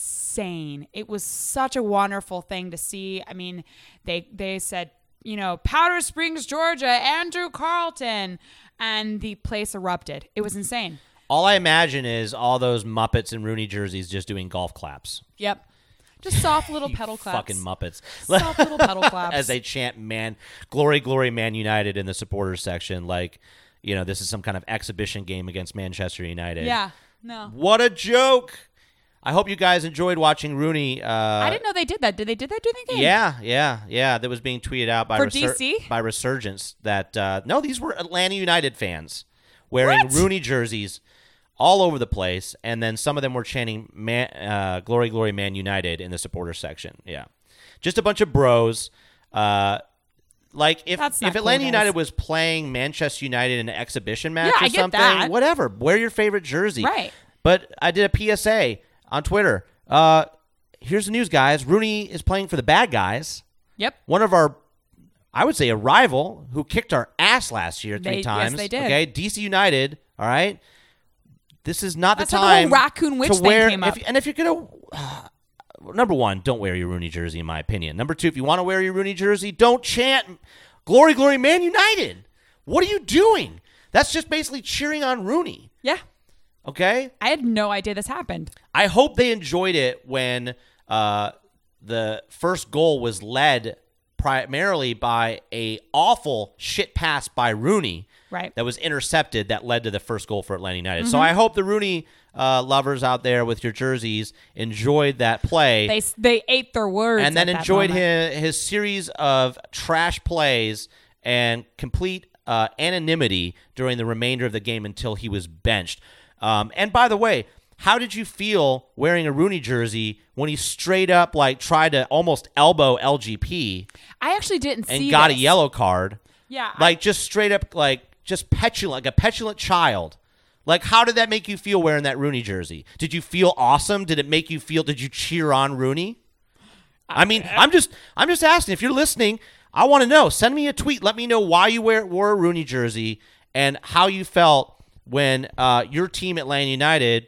insane. It was such a wonderful thing to see. I mean, they they said, you know, Powder Springs, Georgia, Andrew Carlton, and the place erupted. It was insane.
All I imagine is all those Muppets in Rooney jerseys just doing golf claps.
Yep, just soft little
You
pedal claps.
Fucking Muppets.
Soft little pedal claps.
As they chant man glory, glory, man united in the supporters section, like, you know, this is some kind of exhibition game against Manchester United.
yeah, no.
What a joke. I hope you guys enjoyed watching Rooney uh
I didn't know they did that. Did they did that during the game?
yeah, yeah, yeah. That was being tweeted out by
For
Resur-
DC?
by Resurgence. That uh, no, these were Atlanta United fans wearing Rooney jerseys all over the place, and then some of them were chanting Man, uh, "Glory, Glory, Man United" in the supporter section. Yeah, just a bunch of bros. Uh, like if
That's not
if
cool,
Atlanta
guys.
United was playing Manchester United in an exhibition match
Yeah,
or
I get
something,
that.
whatever, wear your favorite jersey.
Right.
But I did a PSA on Twitter. Uh, here's the news, guys. Rooney is playing for the bad guys
Yep.
one of our I would say a rival who kicked our ass last year three
They- yes,
times.
they did.
Okay, DC United. All right, this is not
That's
the
when the whole
time.
Raccoon Witch
to
thing
wear,
came up.
If, and if you're gonna, number one, don't wear your Rooney jersey. In my opinion, number two, if you want to wear your Rooney jersey, don't chant "Glory, Glory, Man United." What are you doing? That's just basically cheering on Rooney.
Yeah.
Okay,
I had no idea this happened.
I hope they enjoyed it when uh, the first goal was led primarily by a awful shit pass by Rooney,
Right. Mm-hmm.
That was intercepted that led to the first goal for Atlanta United. So I hope the Rooney uh, lovers out there with your jerseys enjoyed that play
They they ate their words
and then
at that
enjoyed
moment.
his, his series of trash plays and complete uh, anonymity during the remainder of the game until he was benched. Um, and by the way, how did you feel wearing a Rooney jersey when he straight up like tried to almost elbow LGP
I actually didn't
and
see
got a
this.
yellow card?
Yeah, I-
like just straight up like just petulant, like a petulant child. Like, how did that make you feel wearing that Rooney jersey? Did you feel awesome? Did it make you feel? Did you cheer on Rooney? I mean,
Uh,
I'm just I'm just asking. If you're listening, I want to know. Send me a tweet. Let me know why you wear wore a Rooney jersey and how you felt when uh, your team, Atlanta United,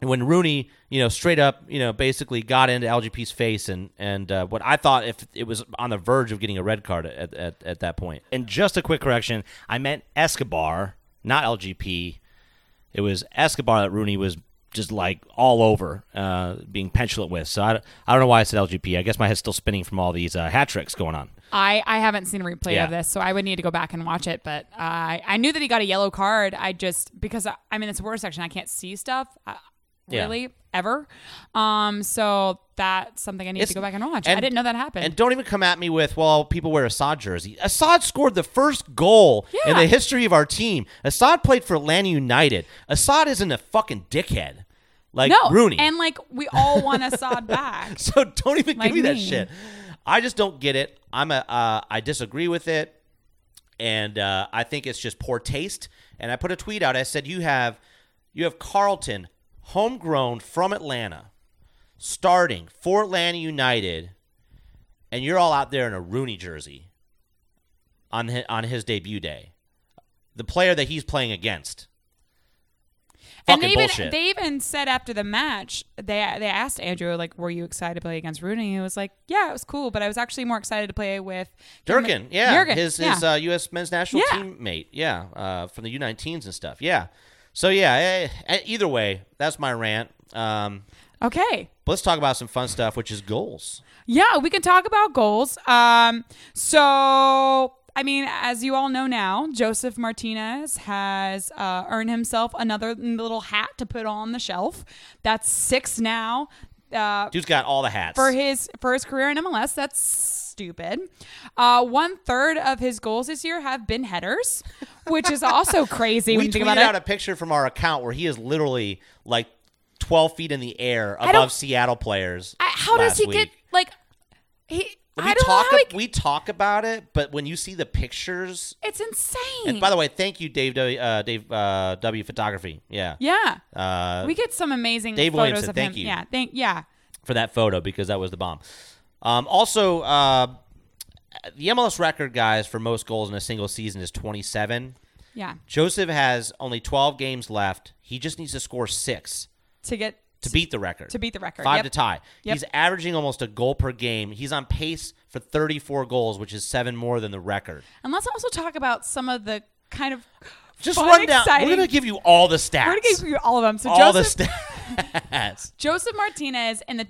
when Rooney, you know, straight up, you know, basically got into LGP's face and and uh, what I thought if it was on the verge of getting a red card at, at, at that point.
And just a quick correction, I meant Escobar, not LGP. It was Escobar that Rooney was just like all over uh, being petulant with. So I, don't- I don't know why I said LGP. I guess my head's still spinning from all these uh, hat tricks going on.
I, I haven't seen a replay
Yeah.
of this, so I would need to go back and watch it. But I I knew that he got a yellow card. I just because I, I'm in this war section, I can't see stuff uh,
Yeah.
really ever. Um, so that's something I need to go back and watch. I didn't know that happened.
And don't even come at me with, well, people wear Assad jersey. Assad scored the first goal in
Yeah.
the history of our team. Assad played for Atlanta United. Assad isn't a fucking dickhead like
no,
Rooney.
and like we all want Assad back.
so don't even
Like
give me that
me.
shit. I just don't get it. I'm a uh, I disagree with it, and uh, I think it's just poor taste. And I put a tweet out. I said you have you have Carlton, homegrown from Atlanta, starting for Atlanta United, and you're all out there in a Rooney jersey on his, on his debut day, the player that he's playing against.
and they
Fucking
even
bullshit.
they even said after the match they they asked Andrew like, were you excited to play against Rooney? He was like, yeah, it was cool, but I was actually more excited to play with
Durkin, yeah,
Jurgen,
his
yeah.
his uh, U.S. men's national
Yeah.
teammate, yeah, uh, from the U19s and stuff, yeah. So yeah, eh, eh, either way, that's my rant. Um,
okay.
but let's talk about some fun stuff, which is goals.
Yeah, we can talk about goals. Um, so, I mean, as you all know now, Joseph Martinez has uh, earned himself another little hat to put on the shelf. That's six now. Uh,
Dude's got all the hats.
for his for his career in MLS. That's stupid. Uh, one third of his goals this year have been headers, which is also crazy when
we
you
tweeted
think about
out
it.
a picture from our account where he is literally like twelve feet in the air
don't-
above Seattle players.
I- how does
last
he get
week.
like? He
We
I don't
talk.
know how he,
ab- we talk about it, but when you see the pictures,
it's insane.
and by the way, thank you, Dave W. Uh, Dave uh, W. Photography. Yeah.
yeah,
Uh,
we get some amazing
Dave
photos
Williamson,
of
thank
him.
you.
Yeah, thank yeah.
for that photo because that was the bomb. Um, also, uh, the MLS record, guys, for most goals in a single season is 27.
Yeah,
Joseph has only 12 games left. He just needs to score six
to get
to beat the record.
to beat the record.
Five
Yep.
to tie.
Yep.
He's averaging almost a goal per game. He's on pace for 34 goals, which is seven more than the record.
And let's also talk about some of the kind of
Just
fun,
run down.
Exciting.
We're going to give you all the stats.
We're gonna give you all of them. So
all
Joseph,
the stats.
Joseph Martinez in the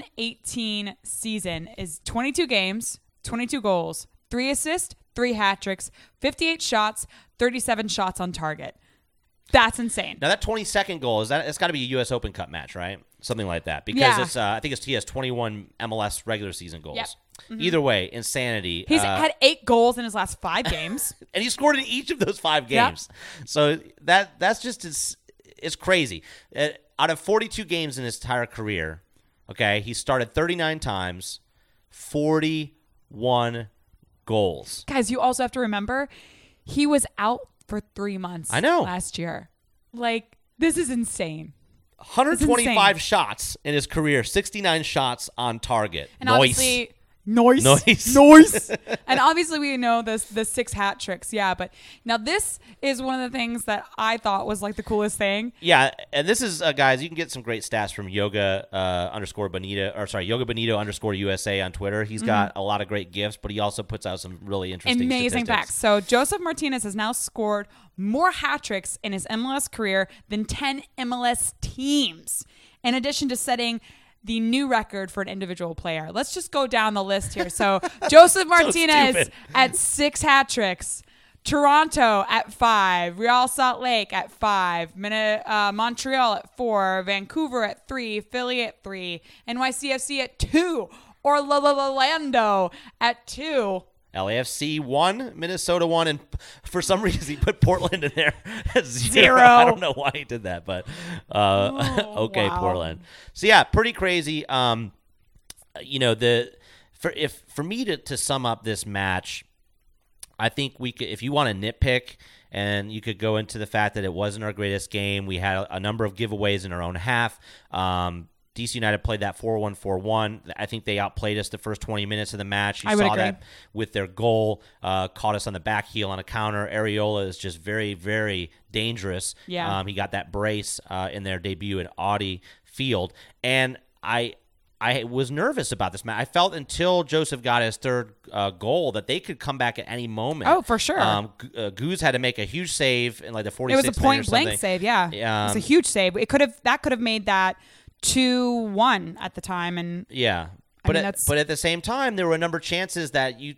2018 season is 22 games, 22 goals, three assists, three hat tricks, 58 shots, 37 shots on target. That's insane.
Now that 22nd goal is that it's got to be a U.S. Open Cup match, right? Something like that because
Yeah.
it's uh, I think it's he has 21 MLS regular season goals.
Yep. Mm-hmm.
Either way, insanity.
He's
Uh,
had eight goals in his last five games.
and he scored in each of those five
Yeah.
games. So that that's just it's, it's crazy. Uh, out of 42 games in his entire career, okay, he started 39 times, 41 goals.
Guys, you also have to remember he was out for three months
I know.
last year. Like, this is insane. That's insane.
125 shots in his career, 69 shots on target.
And
Nice.
obviously, noise,
Nice.
noise. and obviously, we know this the six hat tricks. Yeah, but now this is one of the things that I thought was like the coolest thing.
Yeah, and this is uh, guys. You can get some great stats from Yoga uh, underscore Bonito, or sorry, Yoga Bonito underscore USA on Twitter.
Mm-hmm.
He's got a lot of great gifts, but he also puts out some really interesting,
Amazing
statistics.
facts. So Joseph Martinez has now scored more hat tricks in his MLS career than 10 MLS teams. In addition to setting the new record for an individual player. Let's just go down the list here. So Joseph Martinez
stupid.
at six hat tricks. Toronto at five, Real Salt Lake at five, Min- uh, Montreal at four, Vancouver at three, Philly at three, NYCFC at two, Orlando at two.
LAFC one, Minnesota one, and for some reason he put Portland in there at zero.
Zero.
I don't know why he did that, but uh,
Oh,
okay,
wow.
Portland. So yeah, pretty crazy. Um, you know the for if for me to to sum up this match, I think we could, if you want to nitpick, and you could go into the fact that it wasn't our greatest game. We had a, a number of giveaways in our own half. Um, DC United played that 4 1 4 1. I think they outplayed us the first 20 minutes of the match. You
I would
saw
agree.
that with their goal, uh, caught us on the back heel on a counter. Areola is just very, very dangerous.
Yeah.
Um, he got that brace uh, in their debut at Audi Field. And I. I was nervous about this match. I felt until Joseph got his third uh, goal that they could come back at any moment.
Oh, for sure.
Um, G- uh, Goose had to make a huge save in like the 46th
It was a
minute or
point blank
something.
save, yeah.
Yeah.
It was a huge save. It could have that could have made that two one at the time and
Yeah, but
mean,
at,
that's-
but at the same time, there were a number of chances that you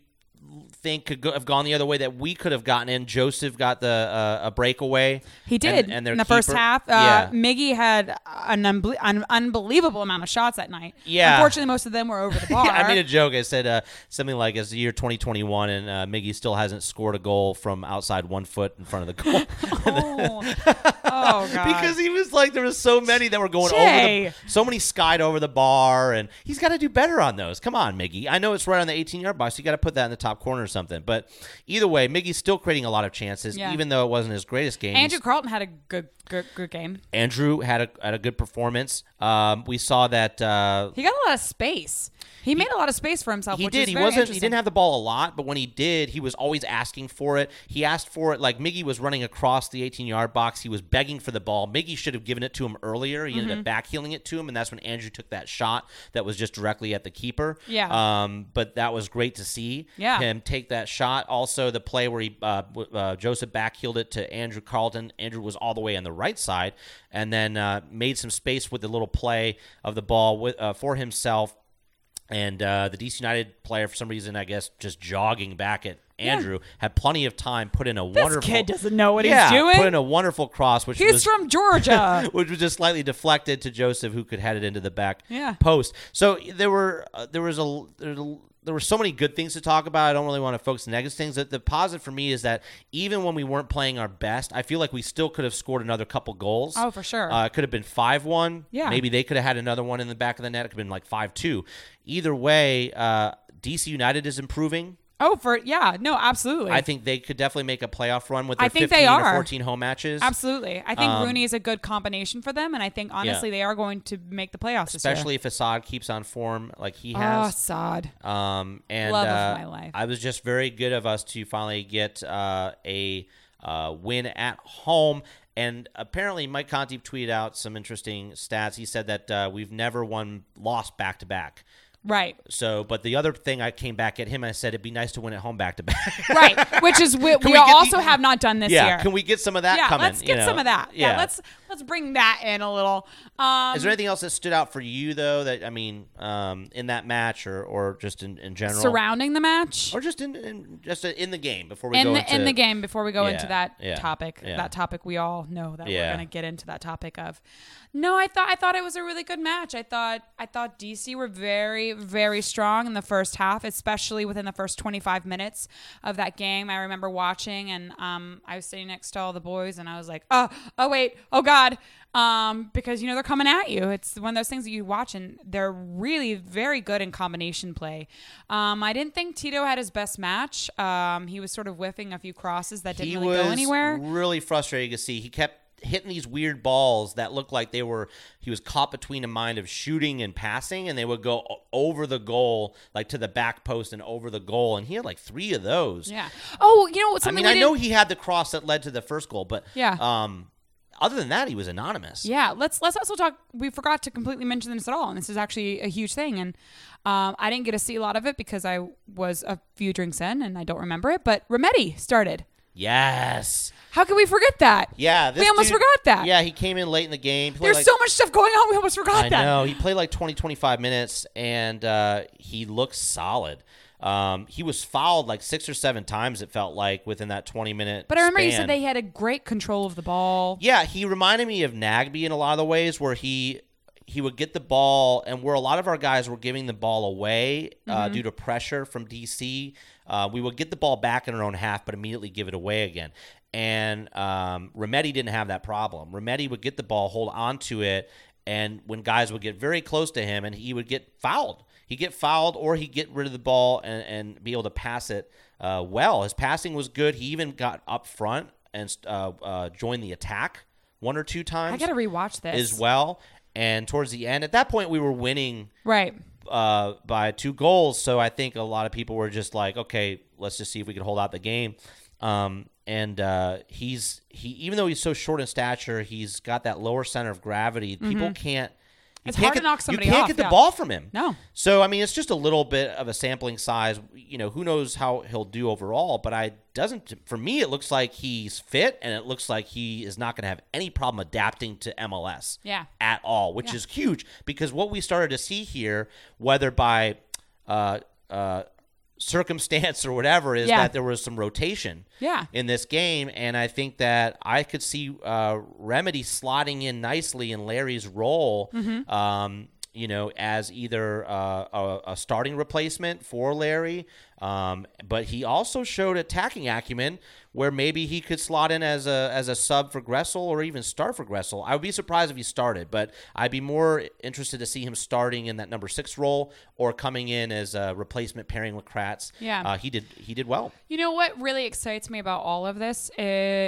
think could go, have gone the other way that we could have gotten in. Joseph got the uh, a breakaway.
he
and-
did
and, their
in the first
keeper-
half. Uh,
yeah,
Miggy had an, unbel- an unbelievable amount of shots that night.
Yeah.
unfortunately, most of them were over the bar.
I made a joke. I said uh, something like, "It's the year 2021, and uh, Miggy still hasn't scored a goal from outside one foot in front of the goal."
oh. oh god,
because he was like, there were so many that were going over
Jay.
the, so many skied over the bar, and he's got to do better on those. Come on, Miggy. I know it's right on the 18 yard box. You got to put that in the top corner or something. But either way, Miggy's still creating a lot of chances,
Yeah.
even though it wasn't his greatest game. He's-
Andrew Carlton had a good good, good game.
Andrew had a had a good performance. Um, we saw that. Uh,
He got a lot of space. He made a lot of space for himself.
he
which
did.
Is
He
very
wasn't. He
interesting.
didn't have the ball a lot, but when he did, he was always asking for it. He asked for it like Miggy was running across the 18-yard box. He was begging for the ball. Miggy should have given it to him earlier. He
Mm-hmm.
ended up backheeling it to him, and that's when Andrew took that shot that was just directly at the keeper.
Yeah.
Um. But that was great to see.
Yeah.
Him take that shot. Also, the play where he uh, w- uh, Joseph backheeled it to Andrew Carlton. Andrew was all the way on the right side, and then uh, made some space with the little play of the ball with, uh, for himself and uh, the DC United player, for some reason, I guess, just jogging back at Andrew, had plenty of time, put in a wonderful.
kid doesn't know what he's
yeah, Put
doing.
in a wonderful cross, which
He's
was
from Georgia.
which was just slightly deflected to Joseph, who could head it into the back
Yeah.
post. So there were uh, there was a there, was a- there were so many good things to talk about. I don't really want to focus on negative things. The, the positive for me is that even when we weren't playing our best, I feel like we still could have scored another couple goals.
Oh, for sure.
Uh, it could have been five one.
Yeah.
maybe they could have had another one in the back of the net. It could have been like five two. Either way, uh, DC United is improving.
oh, for yeah, no, absolutely.
I think they could definitely make a playoff run with
I
their
think
15
they
or
are.
14 home matches.
Absolutely. I think
Um,
Rooney is a good combination for them, and I think honestly they are going to make the playoffs this year.
Especially if Assad keeps on form like he
Oh,
has.
Sod.
Um, and
Love of
uh,
my life.
I was just very good of us to finally get uh, a uh, win at home. And apparently, Mike Conti tweeted out some interesting stats. He said that uh, we've never won, lost back to back.
Right.
So, but the other thing I came back at him, I said it'd be nice to win at home back to back.
Right. Which is we, we,
we get
also
the-
have not done this
yeah.
year.
Can we get some of that
yeah,
coming?
let's
you
get
know?
some of that. Yeah. let's let's bring that in a little. Um,
Is there anything else that stood out for you though? That I mean, um, in that match or or just in, in general,
surrounding the match
or just in, in just in the game before we
in
go
the
into
in the game before we go
Yeah,
into that
yeah,
topic.
yeah.
That topic we all know that
Yeah.
we're going to get into that topic of. No, I thought I thought it was a really good match. I thought I thought DC were very very strong in the first half, especially within the first 25 minutes of that game. I remember watching and um I was sitting next to all the boys and I was like, "Oh, oh wait. Oh god." Um because you know they're coming at you. It's one of those things that you watch and they're really very good in combination play. Um I didn't think Tito had his best match. Um he was sort of whiffing a few crosses that didn't
He
really
was
go anywhere.
really frustrating to see. He kept hitting these weird balls that looked like they were he was caught between a mind of shooting and passing and they would go o- over the goal like to the back post and over the goal and he had like 3 of those.
Yeah. Oh, you know
I
something
mean,
we
I
didn't-
know he had the cross that led to the first goal, but
Yeah.
um other than that he was anonymous.
Yeah, let's let's also talk. We forgot to completely mention this at all, and this is actually a huge thing. And um, I didn't get to see a lot of it because I was a few drinks in, and I don't remember it. But Rometty started.
Yes.
How can we forget that?
Yeah,
we almost
dude-
forgot that.
Yeah, he came in late in the game. played
there's
like-
so much stuff going on. We almost forgot
I
that.
know. He played like 20, 25 minutes, and uh, he looked solid. Um, he was fouled like six or seven times, it felt like, within that 20 minute.
But I remember you
span.
said they had a great control of the ball.
Yeah, he reminded me of Nagby in a lot of the ways where he he would get the ball and where a lot of our guys were giving the ball away uh, due to pressure from DC. Uh, we would get the ball back in our own half, but immediately give it away again. And um, Rometty didn't have that problem. Rometty would get the ball, hold on to it, and when guys would get very close to him, and he would get fouled. He'd get fouled or he'd get rid of the ball and, and be able to pass it uh, well. His passing was good. He even got up front and uh, uh, joined the attack one or two times
I gotta rewatch this.
as well. And towards the end, at that point, we were winning
Right.
uh, by two goals. So I think a lot of people were just like, okay, let's just see if we can hold out the game. Um, and uh, he's he even though he's so short in stature, he's got that lower center of gravity. People can't. You
Mm-hmm. It's
can't
hard
get,
to knock somebody
You can't
off,
get the
yeah.
ball from him.
No.
So I mean, it's just a little bit of a sampling size. You know, who knows how he'll do overall? But I doesn't. For me, it looks like he's fit, and it looks like he is not going to have any problem adapting to MLS
Yeah.
at all, which is huge because what we started to see here, whether by uh, uh, circumstance or whatever, is
Yeah.
that there was some rotation
Yeah.
in this game. And I think that I could see uh, Remedy slotting in nicely in Larry's role.
Mm-hmm.
Um, you know, as either uh, a, a starting replacement for Larry, um, but he also showed attacking acumen where maybe he could slot in as a as a sub for Gressel or even start for Gressel. I would be surprised if he started, but I'd be more interested to see him starting in that number six role or coming in as a replacement pairing with Kratz.
Yeah.
uh, he did he did well.
You know what really excites me about all of this, uh,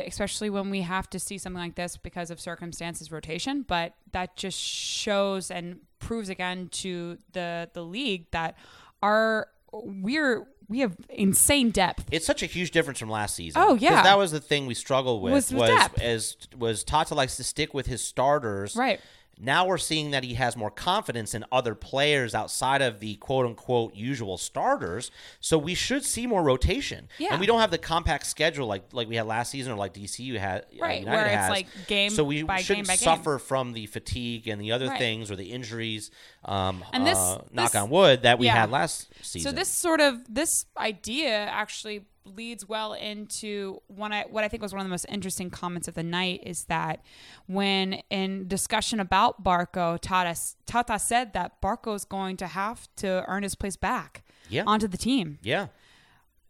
especially when we have to see something like this because of circumstances rotation, but that just shows and proves again to the the league that our we're we have insane depth.
it's such a huge difference from last season.
Oh,
'Cause
yeah.
that was the thing we struggled with.
Was-
Was,
was depth.
as was Tata likes to stick with his starters.
Right.
Now we're seeing that he has more confidence in other players outside of the quote unquote usual starters. So we should see more rotation.
Yeah.
And we don't have the compact schedule like like we had last season or like DCU had. uh,
Right,
United
where it's
has.
like game
So we
by game
shouldn't
by game.
suffer from the fatigue and the other
Right.
things or the injuries. Um,
And this-
uh,
this-
knock on wood that we
yeah.
had last season.
So this sort of this idea actually leads well into one I, what I think was one of the most interesting comments of the night is that when in discussion about Barco, Tata Tata said that Barco is going to have to earn his place back
Yeah.
onto the team.
yeah.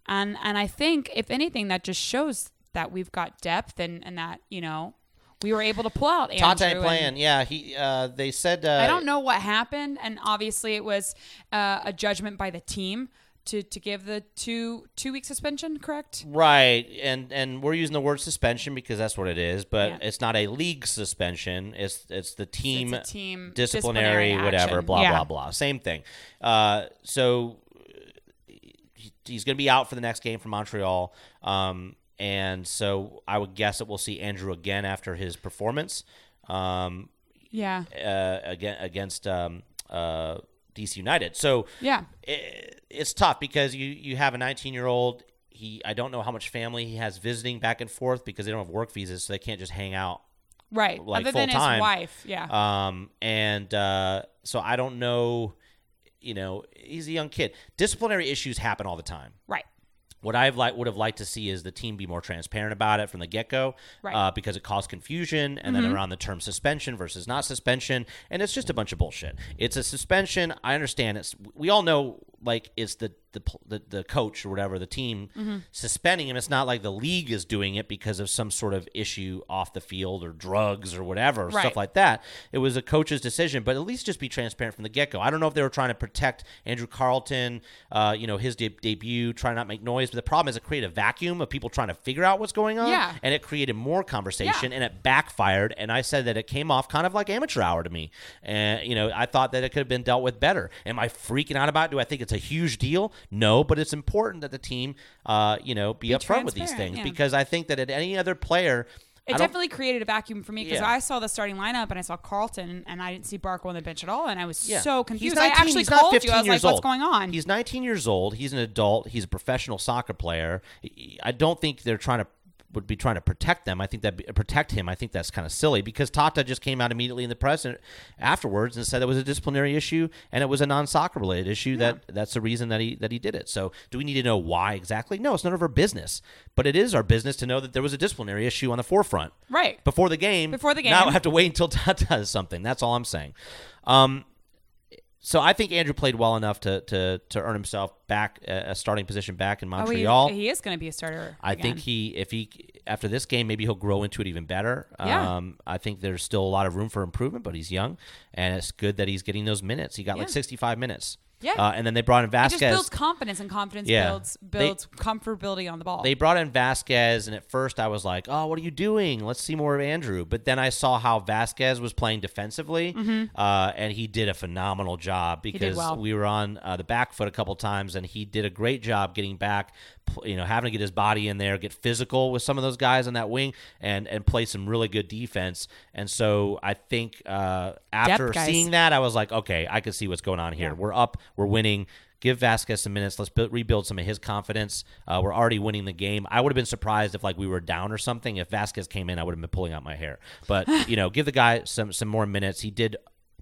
And and I think if anything that just shows that we've got depth and and that, you know, we were able to pull out
Tata
Andrew
ain't
and-
playing. Yeah, he. Uh, they said. Uh,
I don't know what happened, and obviously it was uh, a judgment by the team to to give the two two week suspension. Correct?
Right, and and we're using the word suspension because that's what it is, but
Yeah.
it's not a league suspension. It's it's the team,
It's a team
disciplinary,
disciplinary
whatever,
action.
blah
Yeah.
blah blah. Same thing. Uh, so he- he's going to be out for the next game for Montreal, um, and so I would guess that we'll see Andrew again after his performance. Um,
Yeah,
uh, against against um, uh, DC United. So
Yeah.
i- it's tough because you you have a 19 year old. He I don't know how much family he has visiting back and forth because they don't have work visas, so they can't just hang out.
right.
Like
Other than
full-time.
his wife, yeah,
Um, and uh, so I don't know. You know, he's a young kid. Disciplinary issues happen all the time.
right.
What I've like would have liked to see is the team be more transparent about it from the get go,
Right.
uh, because it caused confusion, and then around the term suspension versus not suspension, and it's just a bunch of bullshit. It's a suspension. I understand. It's we all know like it's the the pl- the, the coach or whatever the team suspending him. It's not like the league is doing it because of some sort of issue off the field or drugs or whatever
Right.
stuff like that. It was a coach's decision, but at least just be transparent from the get go. I don't know if they were trying to protect Andrew Carlton, uh, you know, his de- debut, try to not make noise. But the problem is it created a vacuum of people trying to figure out what's going on,
Yeah.
and it created more conversation, and it backfired. And I said that it came off kind of like amateur hour to me, and you know, I thought that it could have been dealt with better. Am I freaking out about? it? Do I think it's a huge deal? No, but it's important that the team, uh, you know, be, upfront with these
transparent,
things
yeah.
because I think that at any other player. I
It
don't-
definitely created a vacuum for me because
Yeah.
I saw the starting lineup and I saw Carlton and I didn't see Barco on the bench at all, and I was
Yeah.
so
He's
confused.
19,
I actually
he's not
called you.
15
I was like,
years
"What's
old.
going on?"
He's 19 years old. He's an adult. He's a professional soccer player. I don't think they're trying to would be trying to protect them. I think that protect him. I think that's kind of silly because Tata just came out immediately in the press and- afterwards and said it was a disciplinary issue and it was a non-soccer related issue. That that's the reason that he that he did it. So do we need to know why exactly? No, it's none of our business. But it is our business to know that there was a disciplinary issue on the forefront
Right.
before the game.
Before the game.
Now I have to wait until Tata does something. That's all I'm saying. Um, so I think Andrew played well enough to to to earn himself back a a starting position back in
Oh, he-
Montreal.
he, is going to be a starter.
I
again.
think he if he after this game maybe he'll grow into it even better.
Yeah.
Um, I think there's still a lot of room for improvement, but he's young, and it's good that he's getting those minutes. He got like
Yeah.
65 minutes.
Yeah.
Uh, and then they brought in
It just
Vasquez.
builds confidence, and confidence
Yeah.
builds
They-
builds comfortability on the ball.
they brought in Vasquez, and at first I was like, "Oh, what are you doing? Let's see more of Andrew." But then I saw how Vasquez was playing defensively, uh, and he did a phenomenal job
Mm-hmm. did
because
well.
we were on uh, the back foot a couple times, and he did a great job getting back. pl- You know, having to get his body in there, get physical with some of those guys on that wing, and and play some really good defense. And so I think uh, after
guys.
seeing that, I was like, "Okay, I can see what's going on here. We're up. We're winning." give Vasquez some minutes. Let's build, rebuild some of his confidence. Uh, we're already winning the game. I would have been surprised if like we were down or something. If Vasquez came in, I would have been pulling out my hair. But you know, give the guy some some more minutes. He did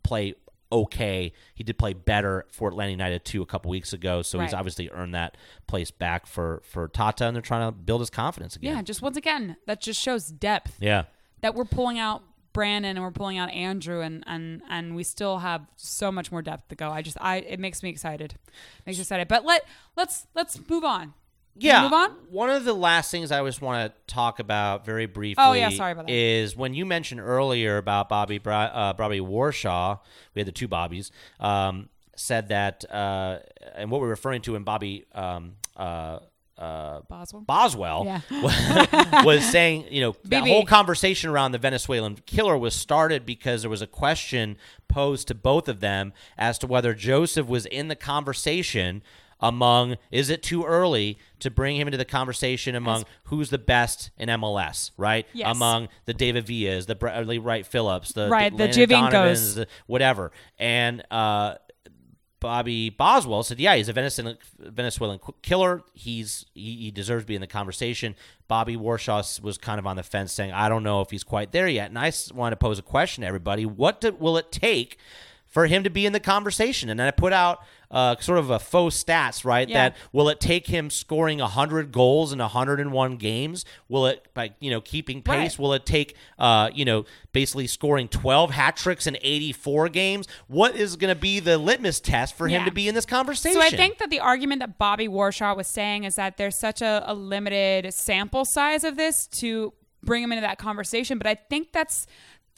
play okay. He did play better for Atlanta United too a couple weeks ago. So he's
Right.
obviously earned that place back for for Tata, and they're trying to build his confidence
yeah.
again.
Just once again, that just shows depth.
Yeah.
That we're pulling out Brandon and we're pulling out Andrew, and and and we still have so much more depth to go. I just I it makes me excited, makes me excited. But let let's let's move on. Can we
Yeah.
move on.
One of the last things I just want to talk about very briefly.
Oh, yeah, sorry about that.
Is when you mentioned earlier about Bobby Bra- uh, Bobby Warshaw, we had the two Bobbies. Um, said that, uh, and what we're referring to in Bobby. Um, uh, uh,
Boswell.
Boswell
Yeah.
was saying, you know, that
BB.
whole conversation around the Venezuelan killer was started because there was a question posed to both of them as to whether Joseph was in the conversation among is it too early to bring him into the conversation among who's the best in MLS, right?
Yes.
Among the David Villas, the Bradley Wright Phillips, the
Right, the
Landon
Giovincos.
Donovans, the whatever. And uh Bobby Boswell said, "Yeah, he's a Venezuelan Venezuelan qu- killer. He's he, he deserves to be in the conversation." Bobby Warshaw s- was kind of on the fence, saying, "I don't know if he's quite there yet." And I want to pose a question to everybody: What do, will it take for him to be in the conversation? And then I put out uh, sort of a faux stats, right?
Yeah.
That will it take him scoring hundred goals in hundred and one games? Will it by you know keeping pace?
Right.
Will Will it take, uh, you know, basically scoring 12 hat tricks in 84 games? What is going to be the litmus test for him
Yeah.
to be in this conversation?
So I think that the argument that Bobby Warshaw was saying is that there's such a, a limited sample size of this to bring him into that conversation. But I think that's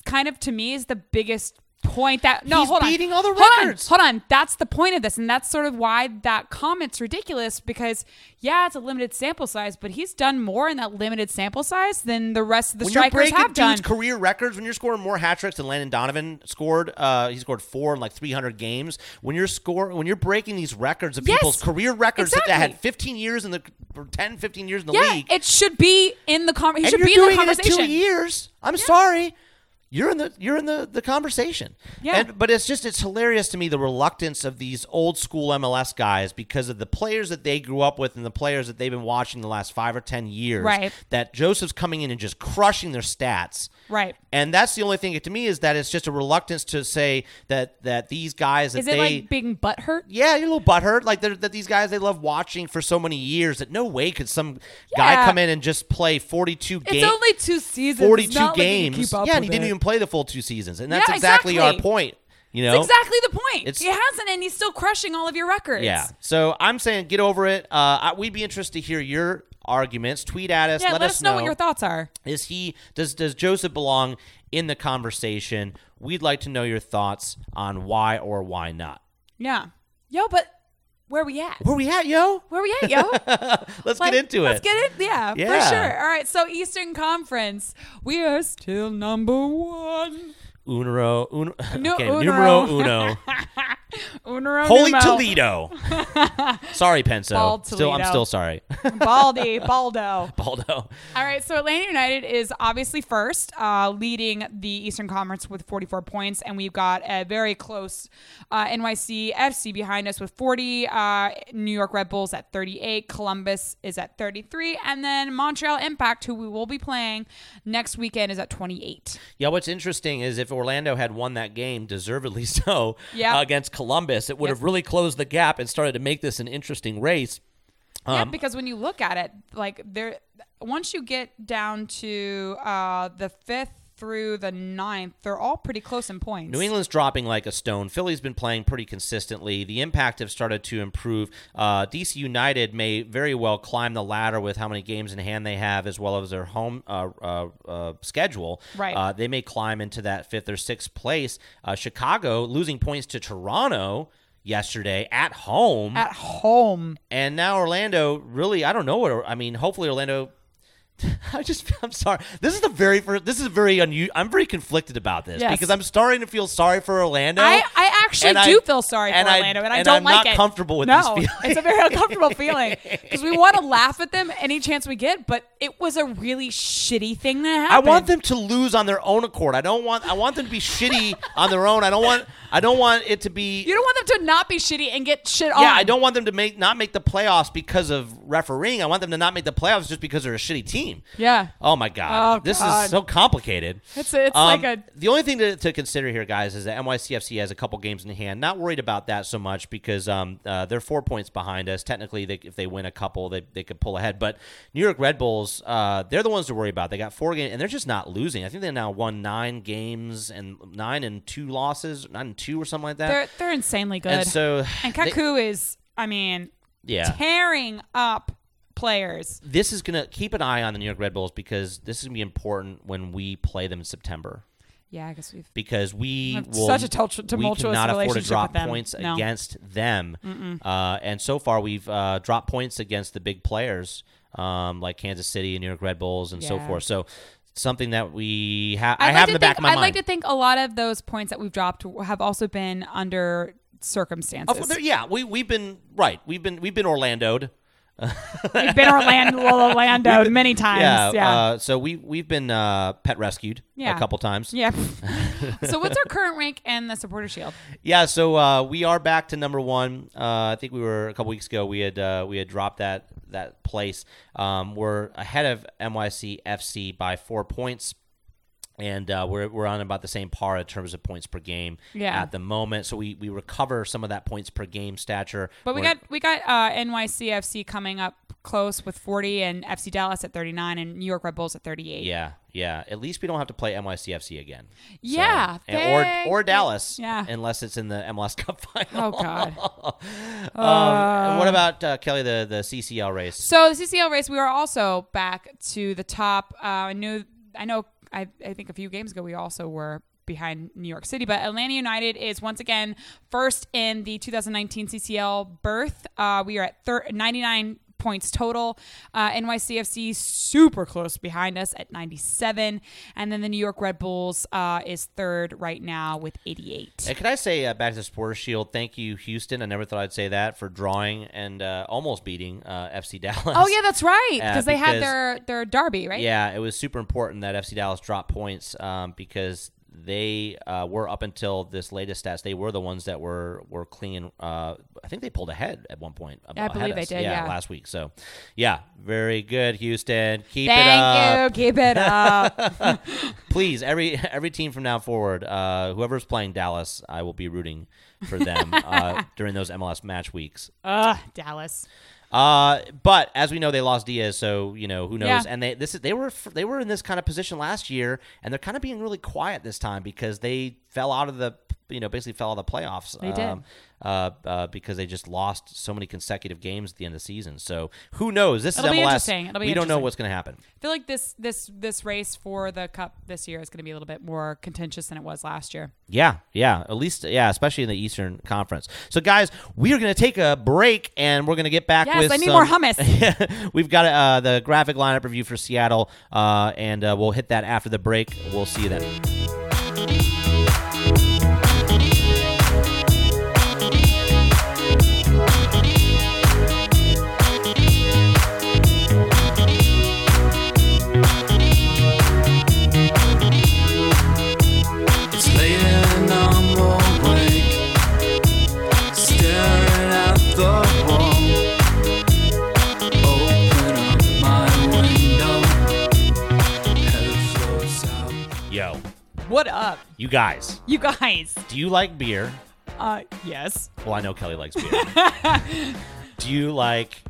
kind of to me is the biggest point that no
He's
hold on
beating all the
Hold on,
records.
hold on that's the point of this and that's sort of why that comment's ridiculous because yeah it's a limited sample size but he's done more in that limited sample size than the rest of the
when you're
strikers
breaking
have done
dudes' career records, when you're scoring more hat tricks than Landon Donovan scored, uh, he scored four in like 300 games. When you're score, when you're breaking these records of
Yes,
people's career records that
exactly.
had 15 years in the or 10, 15 years in the
yeah
league,
it should be in the conversation he
and
should
you're
be in the
doing it in
conversation
two years. I'm sorry. You're in the you're in the, the conversation.
Yeah.
And, but it's just it's hilarious to me the reluctance of these old school MLS guys because of the players that they grew up with and the players that they've been watching the last five or ten years.
Right.
That Joseph's coming in and just crushing their stats.
Right.
And that's the only thing to me is that it's just a reluctance to say that that these guys that
is
they
it like being butthurt
yeah, you're a little butthurt. Like they're- that, these guys they love watching for so many years that no way could some guy
Yeah.
come in and just play 42 games.
It's only two seasons. It's
42
not like you
games.
keep up
yeah, and he
with
didn't
it.
even play the full two seasons. And that's
Yeah,
exactly, our
exactly.
point. You know?
That's exactly the point.
It's-
he hasn't, and he's still crushing all of your records.
Yeah. So I'm saying get over it. Uh, I, we'd be interested to hear your arguments. Tweet at us.
Yeah, let, us know,
know
what your thoughts are.
Is he does does Joseph belong in the conversation? We'd like to know your thoughts on why or why not.
Yeah. Yo, but where we at?
Where we at, yo?
Where we at, yo?
Let's
Like,
get into
Let's
it.
get it. Yeah,
Yeah.
for sure. All right. So Eastern Conference, we are still number one.
Unero, uno,
Nu-
okay,
unero.
numero uno.
Unero
Holy
numo.
Toledo. sorry, Penso.
Bald
Still, I'm
Toledo.
still sorry,
Baldy, Baldo.
Baldo.
All right, so Atlanta United is obviously first, uh, leading the Eastern Conference with 44 points, and we've got a very close uh, NYC FC behind us with 40. Uh, New York Red Bulls at 38. Columbus is at 33, and then Montreal Impact, who we will be playing next weekend, is at 28.
Yeah, what's interesting is if Orlando had won that game, deservedly so,
Yeah.
uh, against Columbus, it would have really closed the gap and started to make this an interesting race.
yeah, because when you look at it, like there, once you get down to uh, the fifth through the ninth, they're all pretty close in points.
New England's dropping like a stone. Philly's been playing pretty consistently. The impact have started to improve. Uh, DC United may very well climb the ladder with how many games in hand they have, as well as their home uh, uh, uh, schedule.
Right.
Uh, they may climb into that fifth or sixth place. Uh, Chicago losing points to Toronto. yesterday at home.
At home.
and now Orlando really I don't know what I mean hopefully Orlando I just I'm sorry. This is the very first this is very unusual. I'm very conflicted about this
Yes.
because I'm starting to feel sorry for Orlando.
I, I actually
And I-
do feel sorry for
and I-
Orlando, and I
and
don't
I'm
like
not
it.
comfortable with
no,
this
it's a very uncomfortable feeling because we want to laugh at them any chance we get, but it was a really shitty thing that
I
happened.
want them to lose on their own accord. I don't want I want them to be shitty on their own. I don't want I don't want it to be
You don't want them to not be shitty and get shit on.
yeah, I don't want them to make not make the playoffs because of refereeing. I want them to not make the playoffs just because they're a shitty team.
Yeah.
Oh my god.
Oh,
this
God.
is so complicated. Um,
It's- it's like a-
The only thing to, to consider here, guys, is that NYCFC has a couple games in hand. Not worried about that so much because um, uh, they're four points behind us. Technically, they, if they win a couple, they, they could pull ahead. But New York Red Bulls, uh, they're the ones to worry about. They got four games, and they're just not losing. I think they now won nine games and nine and two losses, nine and two or something like that.
They're they're insanely good.
and so,
And
they-
Kaku is, I mean,
yeah.
tearing up players.
this is going to keep an eye on the New York Red Bulls because this is going to be important when we play them in September
Yeah, I guess we've.
because we
Have
will,
such a tumultu- tumultuous
we cannot afford to
relationship
drop
with them.
points
No.
against them. Uh, and so far, we've uh, dropped points against the big players um, like Kansas City and New York Red Bulls and so
Yeah.
forth. So something that we have,
I'd
I
like
have
to
in the
think,
back of my
I'd
mind.
like to think a lot of those points that we've dropped have also been under circumstances.
Of- there- Oh, yeah, we we've been right. We've been we've been Orlandoed.
We've been Orlando, Orlando many times.
yeah.
Yeah. Yeah.
Uh, so we we've been uh, pet rescued
Yeah.
a couple times.
so what's our current rank in the supporter shield?
Yeah, so uh, we are back to number one. Uh, I think we were a couple weeks ago. We had uh, we had dropped that that place. Um, we're ahead of NYC FC by four points, and uh, we're we're on about the same par in terms of points per game
Yeah.
at the moment. So we, we recover some of that points per game stature.
But we
We're-
got we got uh, NYCFC coming up close with 40 and FC Dallas at 39 and New York Red Bulls at 38.
yeah yeah. At least we don't have to play NYCFC again. So-
Yeah,
and,
thank-
or or Dallas.
Yeah.
unless it's in the MLS Cup final.
Oh god.
Um, and what about uh, Kelly the the CCL race?
So the CCL race, we are also back to the top. Uh, I knew, I know, I, I think a few games ago we also were behind New York City, but Atlanta United is once again first in the 2019 CCL berth. Uh, we are at thir- 99 points total. Uh, NYCFC super close behind us at 97, and then the New York Red Bulls uh, is third right now with 88.
And can I say uh, back to the Supporter Shield? Thank you, Houston. I never thought I'd say that for drawing and uh, almost beating uh, FC Dallas.
Oh yeah, that's right
Uh,
because they had
because-
their their derby, right?
yeah. It was super important that FC Dallas dropped points um, because they uh, were up until this latest stats. They were the ones that were were clean. Uh, I think they pulled ahead at one point. ahead
believe they
us.
did, yeah.
last week. So, yeah, very good, Houston. Keep it up.
Thank you. Keep it up.
please every every team from now forward uh, whoever's playing dallas i will be rooting for them uh, during those mls match weeks
Ugh, Dallas.
uh, but as we know they lost diaz so you know who knows
Yeah.
and they this is they were f- they were in this kind of position last year and they're kind of being really quiet this time because they fell out of the you know basically fell out of the playoffs
They did.
uh, uh, because they just lost so many consecutive games at the end of the season so who knows this
It'll
is
be
mls
interesting. It'll be
we don't know
interesting.
what's going to happen
I feel like this this this race for the cup this year is going to be a little bit more contentious than it was last year.
Yeah, yeah. At least, yeah, especially in the Eastern Conference. So, guys, we are going to take a break, and we're going to get back
Yes,
with.
I need
some-
more hummus.
We've got uh, the graphic lineup review for Seattle, uh, and uh, we'll hit that after the break. We'll see you then.
It's late and I'm awake, staring at the wall. Open up my window, head flows out.
Yo,
What up,
you guys,
you guys?
do you like beer?
Uh, yes.
Well, I know Kelly likes beer. do you like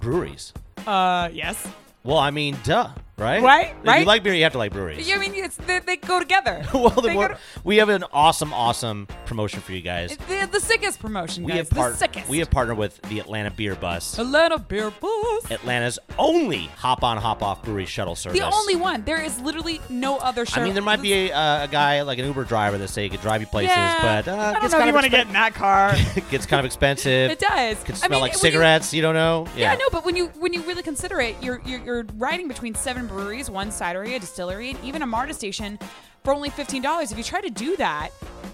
breweries?
Uh, yes.
Well, I mean, duh. right?
Right,
If you
right.
like beer, you have to like breweries.
You- I mean, it's, they, they go together.
well, then
They go
we're-
to-
we have an awesome, awesome promotion for you guys.
the, the sickest promotion,
We
guys.
have part-
the sickest.
We have partnered with the Atlanta Beer Bus,
Atlanta Beer Bus.
Atlanta's only hop on, hop off brewery shuttle service.
the only one. There is literally no other show.
I mean, there might be a, uh, a guy like an Uber driver that say he could drive you places,
Yeah.
but
I
uh,
don't
gets
know if
kind
you
of
want to get in that car.
expen- gets kind of expensive.
It does.
Could
I
smell
mean,
like
when you-
cigarettes. You, don't know.
Yeah, I know, but when you when you really consider it, you're, you're you're riding between seven breweries, one cidery, a distillery, and even a Marta station for only fifteen dollars. If you try to do that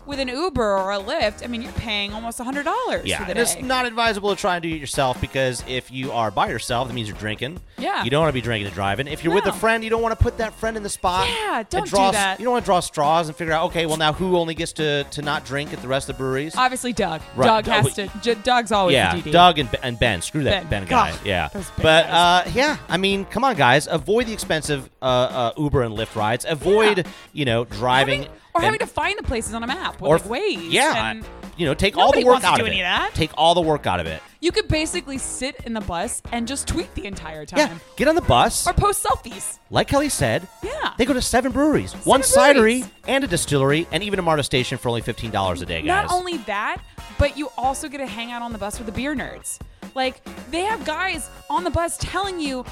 with an Uber or a Lyft, I mean, you're paying almost hundred dollars
Yeah,
for the
and it's
day.
not advisable to try and do it yourself because if you are by yourself, that means you're drinking.
Yeah.
you don't want to be drinking and driving. If you're with
No.
a friend, you don't want to put that friend in the spot.
Yeah,
and
don't do
draw,
that.
You don't want to draw straws and figure out, okay, well now who only gets to to not drink at the rest of the breweries?
Obviously, Doug.
Right,
Doug
Doug-
has to. J- Doug's always
yeah,
Oh, the DD.
Doug and, and Ben. Screw that
Ben.
Ben, guy.
Ugh,
yeah,
those Ben
but
guys.
uh, yeah, I mean, come on, guys, avoid the expensive uh, uh, Uber and Lyft rides. Avoid
Yeah.
you know driving
Having- or
and-
having to find the places on a map with
or
like ways.
Yeah,
and
you know, take all the
Nobody
work
wants to
out
do
of
any
it.
of that.
Take all the work out of it.
you could basically sit in the bus and just tweet the entire time,
Yeah, get on the bus.
or post selfies.
like Kelly said,
Yeah.
they go to seven breweries, one
breweries.
cidery, and a distillery, and even a Marta station for only fifteen dollars a day, guys.
Not only that, but you also get to hang out on the bus with the beer nerds. Like they have guys on the bus telling you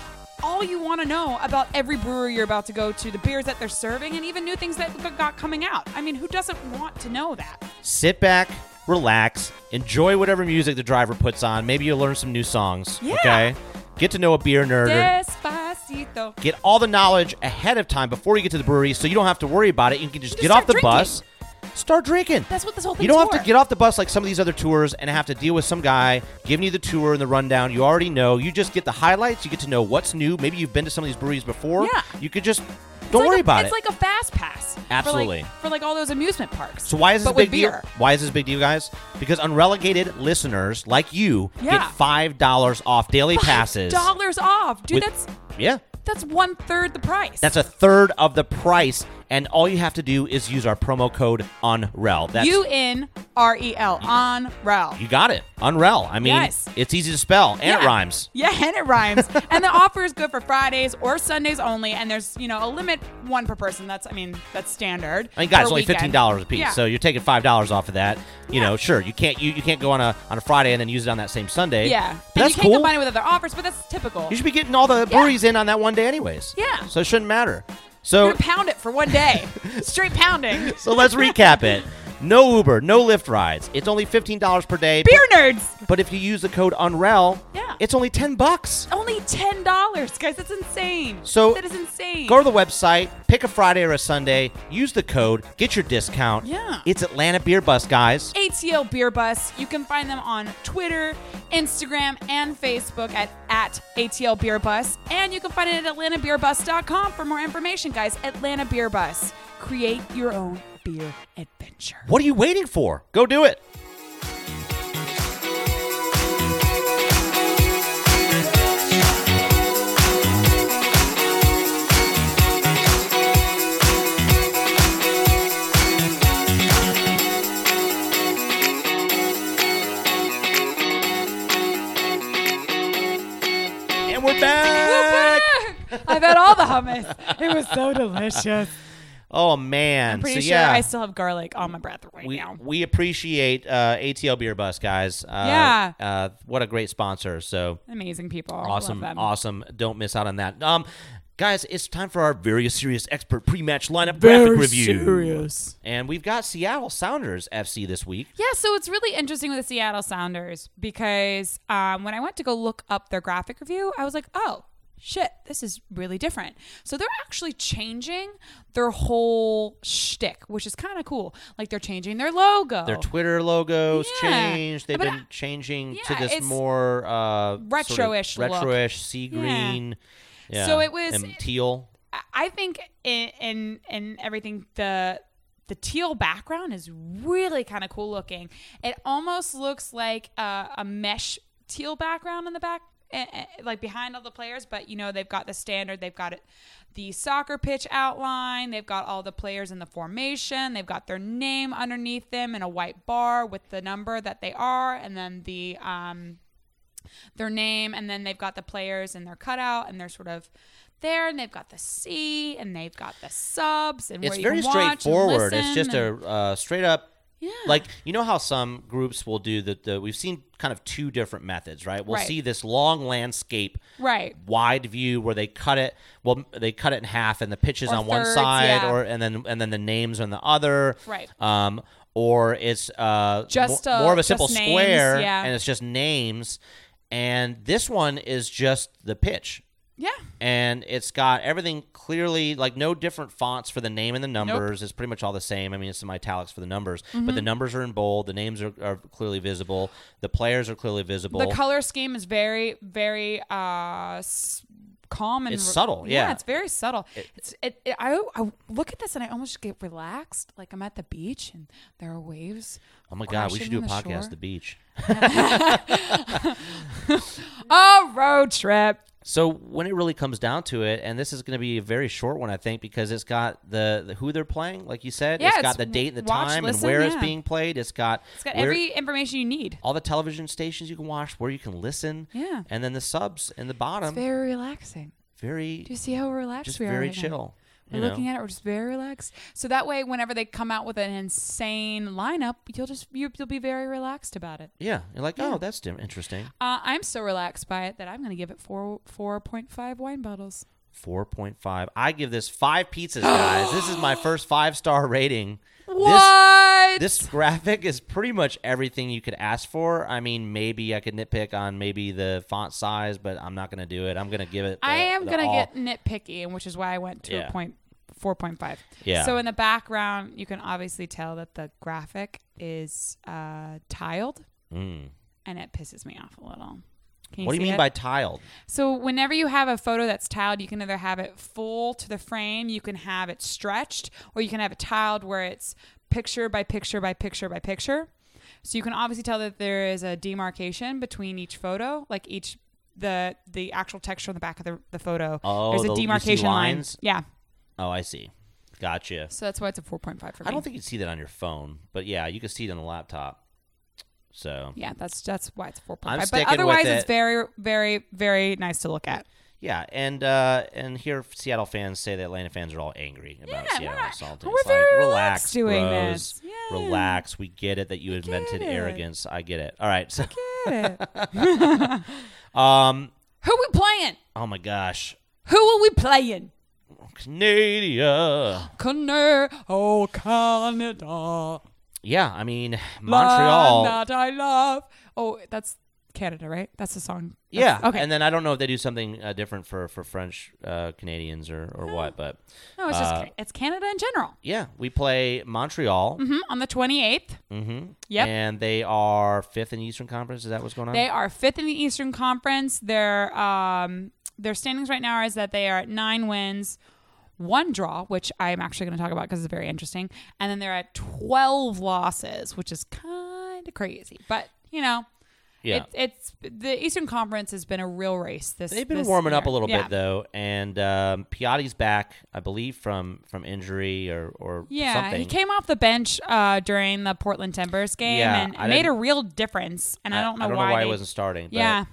all you want to know about every brewery you're about to go to, the beers that they're serving, and even new things that they've got coming out. I mean, who doesn't want to know that?
Sit back, relax, enjoy whatever music the driver puts on. Maybe you'll learn some new songs.
Yeah.
Okay, get to know a beer nerd.
Despacito.
Get all the knowledge ahead of time before you get to the brewery, so you don't have to worry about it. You can just
You
get
just
off the
start
bus, start drinking.
That's what this whole thing.
You don't have to get off the bus like some of these other tours and have to deal with some guy giving you the tour and the rundown. You already know. You just get the highlights. You get to know what's new. Maybe you've been to some of these breweries before.
Yeah.
You could just don't worry
a,
about
it's
it.
like a fast pass. for, like-
Absolutely.
For like, all those amusement parks.
so why is this a
but with
big deal?
beer?
Why is this a big deal, guys? Because unrelegated listeners like you
Yeah.
get five dollars off daily passes.
Dollars off, dude.
With-
that's
Yeah.
that's one third the price.
That's a third of the price, and all you have to do is use our promo code UNREL. That's
U N R E L on Rel.
you got it. UNREL. I mean,
Yes.
it's easy to spell and it
Yeah.
rhymes.
Yeah, and it rhymes. and the offer is good for Fridays or Sundays only. And there's, you know, a limit one per person. That's, I mean, that's standard.
I mean, guys,
per
it's only
weekend.
fifteen dollars a piece,
Yeah.
so you're taking five dollars off of that. You know, sure, you can't you, you can't go on a on a Friday and then use it on that same Sunday.
yeah,
But
and
that's
you can't
cool.
combine it with other offers, but that's typical.
you should be getting all the
Yeah.
breweries in on that one day, anyways.
Yeah.
so it shouldn't matter.
You're
So
gonna pound it for one day, straight pounding.
so let's recap it. No Uber, no Lyft rides. It's only fifteen dollars per day.
Beer nerds,
But if you use the code UNREL,
Yeah.
it's only ten bucks.
only ten dollars, guys. That's insane.
So-
that is insane.
Go to the website, pick a Friday or a Sunday, use the code, get your discount.
Yeah.
It's Atlanta Beer Bus, guys.
ATL Beer Bus. You can find them on Twitter, Instagram, and Facebook at, at ATL Beer Bus. And you can find it at AtlantaBeerBus.com for more information, guys. Atlanta Beer Bus. Create your own beer adventure.
What are you waiting for? Go do it. And we're back.
I've had all the hummus. It was so delicious.
Oh man!
I'm pretty
so,
sure
yeah.
I still have garlic on my breath right
we,
now.
we appreciate uh, ATL Beer Bus, guys. Uh,
Yeah.
Uh, what a great sponsor. So
Amazing people. I love
awesome,
them.
awesome. Don't miss out on that. Um, guys, it's time for our very serious expert pre-match lineup graphic review. And we've got Seattle Sounders FC this week.
Yeah, so it's really interesting with the Seattle Sounders because um, when I went to go look up their graphic review, I was like, oh, shit, this is really different. So they're actually changing their whole shtick, which is kind of cool. Like they're changing their logo.
Their Twitter logos
Oh. Yeah.
changed. They've
But
been
I-
changing to
yeah,
this
it's
more uh,
retro-ish
sort
look.
of retro-ish sea
Yeah.
green. Yeah.
So it was-
and teal.
I- I think in in, in everything the the teal background is really kind of cool looking. It almost looks like a, a mesh teal background in the back, eh, eh, like behind all the players. But you know they've got the standard, they've got it, the soccer pitch outline, they've got all the players in the formation, they've got their name underneath them in a white bar with the number that they are, and then the um, their name and then they've got the players and their cutout and they're sort of there and they've got the C and they've got the subs and
It's
where
very
you can watch and
straightforward. It's
listen
just
and-
a uh, straight up.
Yeah.
Like you know how some groups will do that. The, we've seen kind of two different methods, right? We'll
Right.
see this long landscape,
Right.
wide view where they cut it. Well, they cut it in half, and the pitches
Or
on one
thirds,
side,
yeah.
or and then and then the names on the other.
Right.
Um. Or it's uh
Just
mo-
a-
more of a
just
simple
names,
square,
yeah.
and it's just names. And this one is just the pitch
Yeah.
and it's got everything clearly like no different fonts for the name and the numbers it's pretty much all the same i mean it's some italics for the numbers but
Mm-hmm.
the numbers are in bold the names are, are clearly visible the players are clearly visible
The color scheme is very, very uh, s- calm and
It's subtle, yeah.
it's very subtle. it's it, it, I, I look at this and I almost get relaxed. Like I'm at the beach and there are waves.
oh my god we should do a
crashing on the
podcast
shore.
at the beach
Oh, road trip.
so when it really comes down to it and this is going to be a very short one i think because it's got the, the who they're playing like you said
Yeah,
it's
it's
got the date and the
watch,
time and
listen,
where it's
yeah.
being played it's got
It's got
where-
every information you need.
all the television stations you can watch where you can listen
Yeah.
and then the subs in the bottom
It's very relaxing.
very
Do you see how relaxed
Um, just
we are?
very
right now?
chill
We're
you know?
looking at it. We're just very relaxed. So that way, whenever they come out with an insane lineup, you'll just you, you'll be very relaxed about it.
Yeah, you're like, oh, that's dim- interesting.
Uh, I'm so relaxed by it that I'm going to give it four four point five wine bottles.
Four point five. I give this five pizzas, guys. this is my first five star rating.
What?
This, this graphic is pretty much everything you could ask for. I mean, maybe I could nitpick on maybe the font size, but I'm not gonna do it. I'm gonna give it. The,
I am
uh, the
going to
all-
get nitpicky, and which is why I went to
Yeah.
a point four point five.
Yeah.
So in the background, you can obviously tell that the graphic is uh, tiled, and it pisses me off a little.
Mm.
Can
What do you
see
mean
it?
by tiled?
So whenever you have a photo that's tiled, you can either have it full to the frame, you can have it stretched, or you can have it tiled where it's picture by picture by picture by picture. So you can obviously tell that there is a demarcation between each photo, like each the the actual texture on the back of the, the photo.
Oh,
There's
the- you
a
see
demarcation
lines?
line. Yeah.
Oh, I see. Gotcha.
So that's why it's a 4.5 for me.
I don't think you'd see that on your phone, but yeah, you can see it on the laptop. So
Yeah, that's that's why it's 4.5.
I'm sticking
but
with
otherwise it's
it.
very very very nice to look at.
yeah, and uh, and here Seattle fans say that Atlanta fans are all angry about
Yeah,
Seattle
we're not-
assault.
we're
It's
very
relax,
relaxed doing
bros.
this. Yeah.
Relax. We get it that you invented
it.
arrogance. I get it. All right. So,
Who we playing?
oh my gosh,
Who are we playing?
Canada.
Canada, oh Canada,
Yeah, I mean Montreal.
land that I love. Oh, that's Canada, right? That's the song.
yeah.
That's- Okay.
And then I don't know if they do something uh, different for for French uh, Canadians or
Oh.
or what, but
no, it's just
uh,
it's Canada in general.
yeah, we play Montreal.
Mhm, On the twenty
Mhm.
Yep.
And they are fifth in the Eastern Conference. Is that what's going on?
they are fifth in the Eastern Conference. Their um their standings right now is that they are at nine wins. One draw, which I'm actually going to talk about because it's very interesting, and then they're at 12 losses, which is kind of crazy. But you know,
yeah.
it, it's the Eastern Conference has been a real race. This
They've been
this
warming up
year.
a little
Yeah.
bit though, and um, Piatti's back, I believe, from from injury or or
Yeah,
something.
he came off the bench uh, during the Portland Timbers game
Yeah,
and
I
made a
didn't-
real difference. And I, don't know why,
he
they-
wasn't starting. But
Yeah,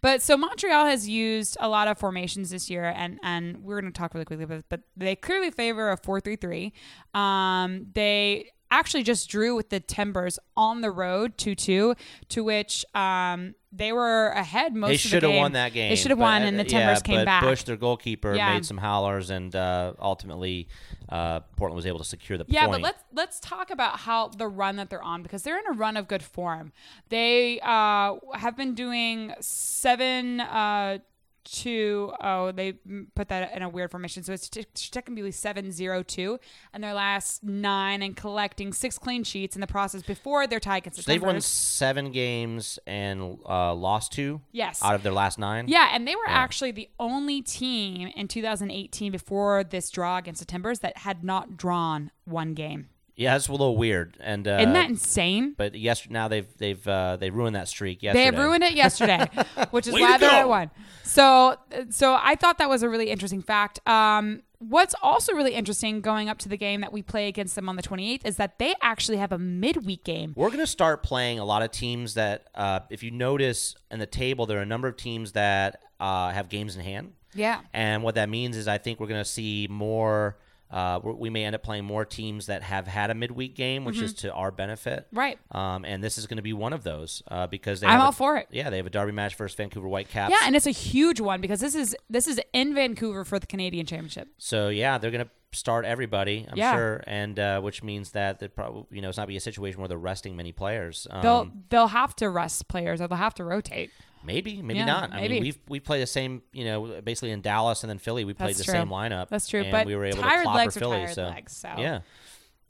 but so Montreal has used a lot of formations this year, and and we're going to talk really quickly, but but they clearly favor a four three three. Um, they actually just drew with the Timbers on the road two two, to which um they were ahead most
they
of the
should have
game.
won that game.
They should have
but,
won,
uh,
and the Timbers
yeah,
came
but
back.
Bush, their goalkeeper,
Yeah.
made some howlers, and uh, ultimately uh, Portland was able to secure the
Yeah,
point.
but let's let's talk about how the run that they're on because they're in a run of good form. They uh, have been doing seven. Uh, Two oh they mm, put that in a weird formation so it's t- technically seven zero two and their last nine and collecting six clean sheets in the process before their tie against the
So they've won
Timbers.
seven games and uh, lost two.
Yes.
out of their last nine.
Yeah, and they were actually the only team in 2018 before this draw against the Timbers that had not drawn one game.
yeah, that's a little weird. And uh,
Isn't that insane?
but yes, now they've they've uh, they ruined that streak.
They
Yesterday.
have ruined it yesterday, which is
Way
why
to
they're
go.
at one. So, so I thought that was a really interesting fact. Um, What's also really interesting going up to the game that we play against them on the 28th is that they actually have a midweek game.
We're going to start playing a lot of teams that, uh, if you notice in the table, there are a number of teams that uh, have games in hand.
Yeah.
And what that means is I think we're going to see more. Uh, we- we may end up playing more teams that have had a midweek game, which is to our benefit.
Mm-hmm. Right.
Um, and this is going to be one of those uh, because they
I'm
have a-
all for it.
Yeah, they have a derby match versus Vancouver Whitecaps.
Yeah, and it's a huge one because this is this is in Vancouver for the Canadian Championship.
So yeah, they're gonna start everybody, I'm
Yeah.
sure, and uh, which means that they probably you know it's not be a situation where they're resting many players. Um,
They'll they'll have to rest players or they'll have to rotate.
maybe, maybe
Yeah,
not. I
maybe.
mean, we've we played the same, you know, basically in Dallas and then Philly, we played
That's
the
true.
same lineup.
That's true,
and
but
we were able
tired
to clobber
legs are
Philly.
tired
so
legs, so.
yeah,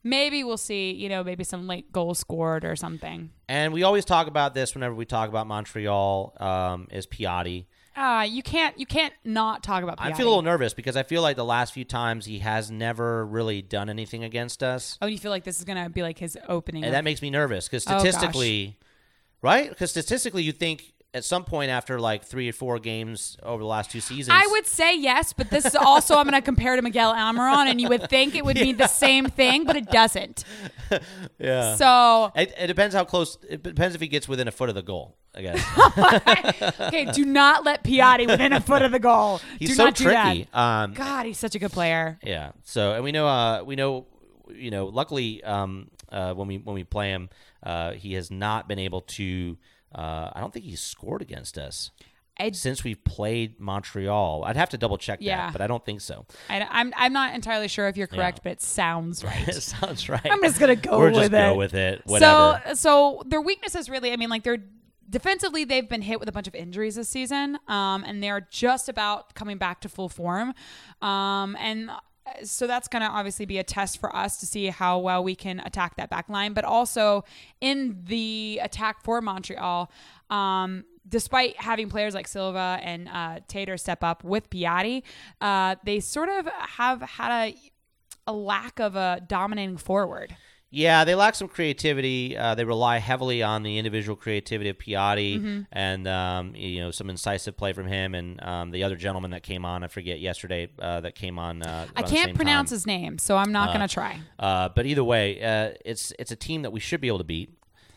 Maybe we'll see, you know, maybe some late goal scored or something.
and we always talk about this whenever we talk about Montreal um, is Piatti.
Uh, you can't you can't not talk about
I
Piatti.
feel a little nervous because I feel like the last few times he has never really done anything against us.
Oh, you feel like this is gonna be like his opening.
and that makes me nervous because
gosh.
statistically, right? Because statistically, you think at some point after like three or four games over the last two seasons,
I would say yes, but this is also I'm gonna compare to Miguel Almiron, and you would think it would be the same thing, but it doesn't. yeah. So
It, it depends how close. It depends if he gets within a foot of the goal. I guess
okay, do not let Piatti within a foot of the goal.
he's
do
so
not do
tricky.
that.
Um,
God, he's such a good player.
yeah. So and we know, uh, we know, you know. Luckily, um, uh, when we when we play him, uh, he has not been able to. Uh, I don't think he's scored against us.
I-
since we've played Montreal, I'd have to double check
Yeah.
that, but I don't think so.
I, I'm I'm not entirely sure if you're correct, but it sounds right.
It sounds right.
I'm just gonna go
We're
with
just
it.
go with it. Whatever.
So so their weakness is really, I mean, like they're defensively they've been hit with a bunch of injuries this season, um, and they're just about coming back to full form, um, and. uh, So that's going to obviously be a test for us to see how well we can attack that back line. But also in the attack for Montreal, um, despite having players like Silva and uh, Tater step up with Piatti, uh, they sort of have had a, a lack of a dominating forward.
yeah, they lack some creativity. Uh, they rely heavily on the individual creativity of Piatti
Mm-hmm.
and um, you know some incisive play from him and um, the other gentleman that came on. I forget yesterday uh, that came on. Uh,
I can't pronounce his name, so I'm not going to try.
Uh, but either way, uh, it's it's a team that we should be able to beat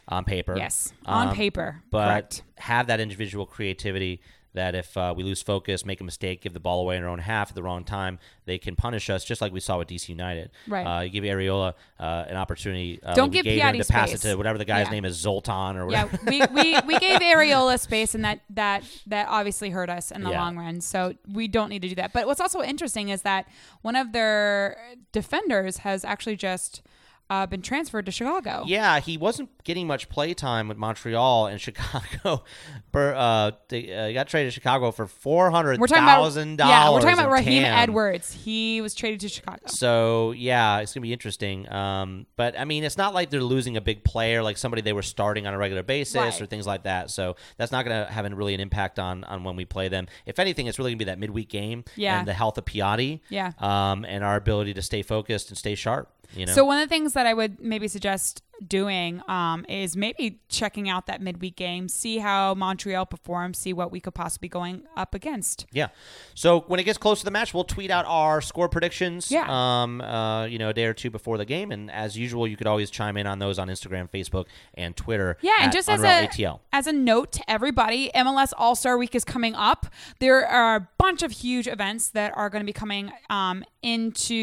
on paper.
Yes, on
Um,
paper.
but
correct.
have that individual creativity that if uh, we lose focus, make a mistake, give the ball away in our own half at the wrong time, they can punish us just like we saw with DC United.
Right.
Uh, you give Areola uh, an opportunity. Uh,
Don't
we
give
gave him
Piatti
to pass it
space.
to whatever the guy's
Yeah.
name is, Zoltan or
Yeah,
whatever.
we, we, we gave Areola space, and that that that obviously hurt us in the
Yeah.
long run. So we don't need to do that. But what's also interesting is that one of their defenders has actually just uh, been transferred to Chicago.
Yeah, he wasn't getting much play time with Montreal and Chicago. Bur- uh, they, uh, he got traded to Chicago for four hundred
We're talking about
thousand dollars.
yeah, we're talking about Raheem Edwards. He was traded to Chicago.
So yeah, it's gonna be interesting. Um, but I mean, it's not like they're losing a big player, like somebody they were starting on a regular basis
Right.
or things like that. So that's not gonna have an- really an impact on on when we play them. If anything, it's really gonna be that midweek game
Yeah.
and the health of Piatti,
Yeah.
um, and our ability to stay focused and stay sharp. You know,
So one of the things that I would maybe suggest doing um, is maybe checking out that midweek game, see how Montreal performs, see what we could possibly be going up against.
Yeah. So when it gets close to the match, we'll tweet out our score predictions.
Yeah.
Um. Uh. You know, a day or two before the game, and as usual, you could always chime in on those on Instagram, Facebook, and Twitter.
Yeah, and
at
just
Unreal
as a
ATL.
as a note to everybody, MLS All Star Week is coming up. There are a bunch of huge events that are going to be coming um, into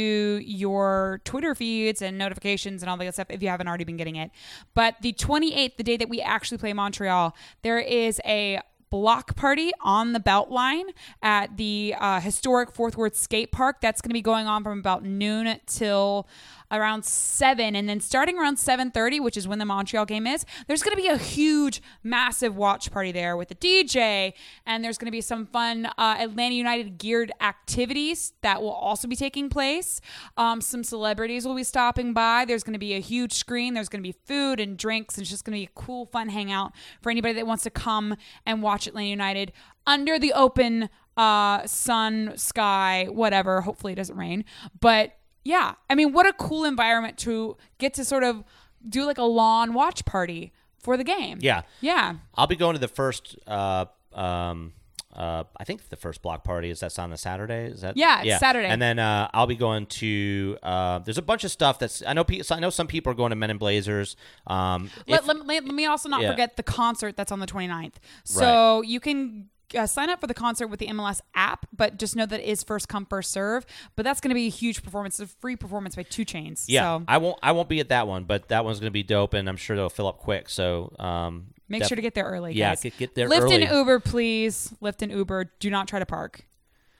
your Twitter feeds and notifications and all that stuff if you haven't already been getting it. But the 28th, the day that we actually play Montreal, there is a block party on the Beltline at the uh, historic Fourth Worth Skate Park. That's going to be going on from about noon till around seven, and then starting around seven thirty, which is when the Montreal game is. There's going to be a huge, massive watch party there with the DJ, and there's going to be some fun uh, Atlanta United geared activities that will also be taking place. Um, some celebrities will be stopping by. There's going to be a huge screen. There's going to be food and drinks. It's just going to be a cool, fun hangout for anybody that wants to come and watch Atlanta United under the open uh, sun, sky, whatever. Hopefully, it doesn't rain. But yeah, I mean, what a cool environment to get to sort of do like a lawn watch party for the game.
Yeah.
Yeah.
I'll be going to the first uh, um, Uh, I think the first block party is that's on the Saturday. Is that
Yeah, it's Saturday.
And then uh, I'll be going to. Uh, there's a bunch of stuff that's I know. Pe- I know some people are going to Men in Blazers. Um,
Let,
if-
let, let- let me also not
yeah.
forget the concert that's on the 29th. So you can uh, sign up for the concert with the MLS app, but just know that it is first come, first serve. But that's going to be a huge performance, a free performance by Two Chains.
Yeah,
So
I won't. I won't be at that one, but that one's going to be dope, and I'm sure they'll fill up quick. So um,
make
def-
sure to get there early.
Yeah,
guys.
get- get there
Lyft and
early.
Uber, please. Lyft and Uber. Do not try to park.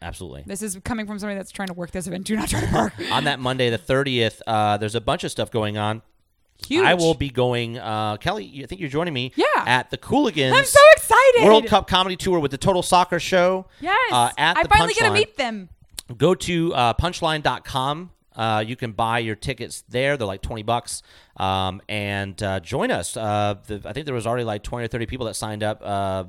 absolutely.
This is coming from somebody that's trying to work this event. Do not try to park.
On that Monday, the 30th, uh, there's a bunch of stuff going on.
Huge.
I will be going. Uh, Kelly, you- I think you're joining me.
Yeah.
At the Cooligans.
I'm so excited.
World Cup comedy tour with the Total Soccer Show.
Yes.
Uh, at
I
the
finally get to
Punchline.
meet them.
Go to uh, punchline.com. Uh, you can buy your tickets there. They're like 20 bucks. Um, and uh, join us. Uh, the, I think there was already like 20 or 30 people that signed up uh, uh,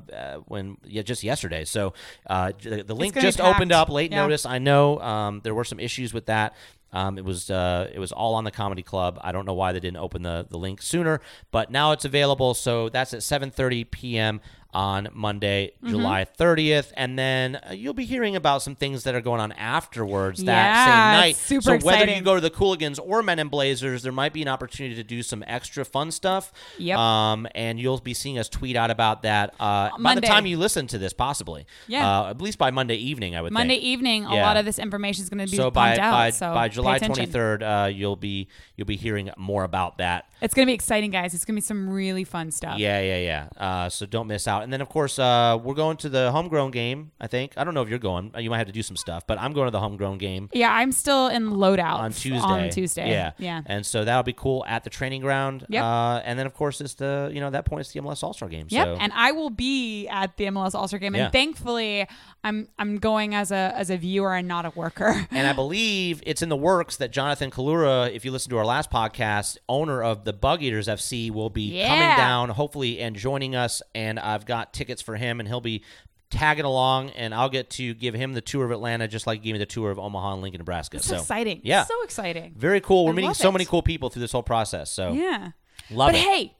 when yeah, just yesterday. So uh, the, the link
gonna be
just opened up
packed.
late
Yeah.
notice. I know um, there were some issues with that. Um, it was uh, it was all on the comedy club. I don't know why they didn't open the, the link sooner, but now it's available. So that's at 7:30 p.m. on Monday,
Mm-hmm.
July 30th, and then uh, you'll be hearing about some things that are going on afterwards that
Yeah,
same night.
it's super
so whether you
exciting.
go to the Cooligans or Men in Blazers, there might be an opportunity to do some extra fun stuff.
Yep.
Um, and you'll be seeing us tweet out about that uh, by the
Monday.
time you listen to this, possibly.
Yeah.
Uh, at least by Monday evening, I would
Monday
think
evening, a
Yeah.
lot of this information is going to be
so
pumped
by
out.
by,
so
by
pay
July
attention.
23rd, uh, you'll be you'll be hearing more about that.
It's going to be exciting, guys. It's going to be some really fun stuff.
Yeah, yeah, yeah. Uh, so don't miss out. And then of course uh, we're going to the homegrown game. I think I don't know if you're going. You might have to do some stuff, but I'm going to the homegrown game
Yeah, I'm still in loadout
on Tuesday.
On Tuesday.
yeah,
Yeah.
And so that'll be cool at the training ground.
Yep.
Uh, and then of course it's the you know at that point it's the MLS All Star game.
Yep,
So.
and I will be at the MLS All Star Game, and
Yeah.
thankfully, I'm I'm going as a as a viewer and not a worker.
And I believe it's in the works that Jonathan Kalura, if you listen to our last podcast, owner of the Bug Eaters FC, will be coming
Yeah.
down hopefully and joining us. And I've got tickets for him, and he'll be tagging along, and I'll get to give him the tour of Atlanta, just like he gave me the tour of Omaha and Lincoln, Nebraska.
It's
so
exciting.
Yeah,
so exciting.
very cool. We're
I
meeting
love
so
it.
many cool people through this whole process. So
Yeah,
love
but
it,
hey,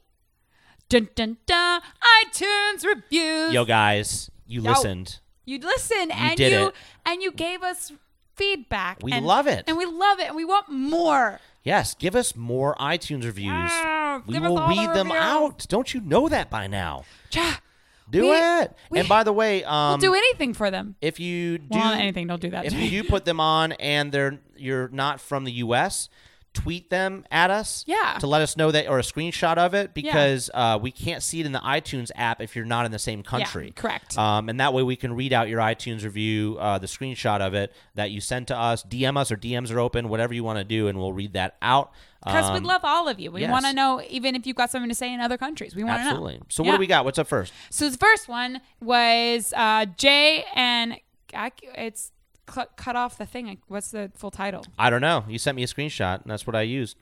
dun dun dun, iTunes reviews.
yo guys, you
Yo.
listened.
you listen and
did
you
it.
and you gave us feedback.
We
and-
love it.
and we love it, and we want more.
Yes, give us more iTunes reviews.
Yeah,
we
give us
will
all the
read them
reviews.
out. Don't you know that by now?
Cha,
Do
We-
it.
we-
and by the way, um,
do anything for them.
if you do
Well, not anything. Don't do that.
if
to me.
you put them on and they're you're not from the US tweet them at us
Yeah.
to let us know that or a screenshot of it because uh, we can't see it in the iTunes app if you're not in the same country
correct.
um, and that way we can read out your iTunes review uh, the screenshot of it that you sent to us DM us or DMs are open whatever you want to do and we'll read that out
Because
Um,
we love all of you. We
yes.
want to know, even if you've got something to say in other countries, we want to know.
absolutely so what do
Yeah.
we got what's up first
So the first one was uh, Jay and I, it's cl- cut off the thing. What's the full title?
I don't know you sent me a screenshot and that's what I used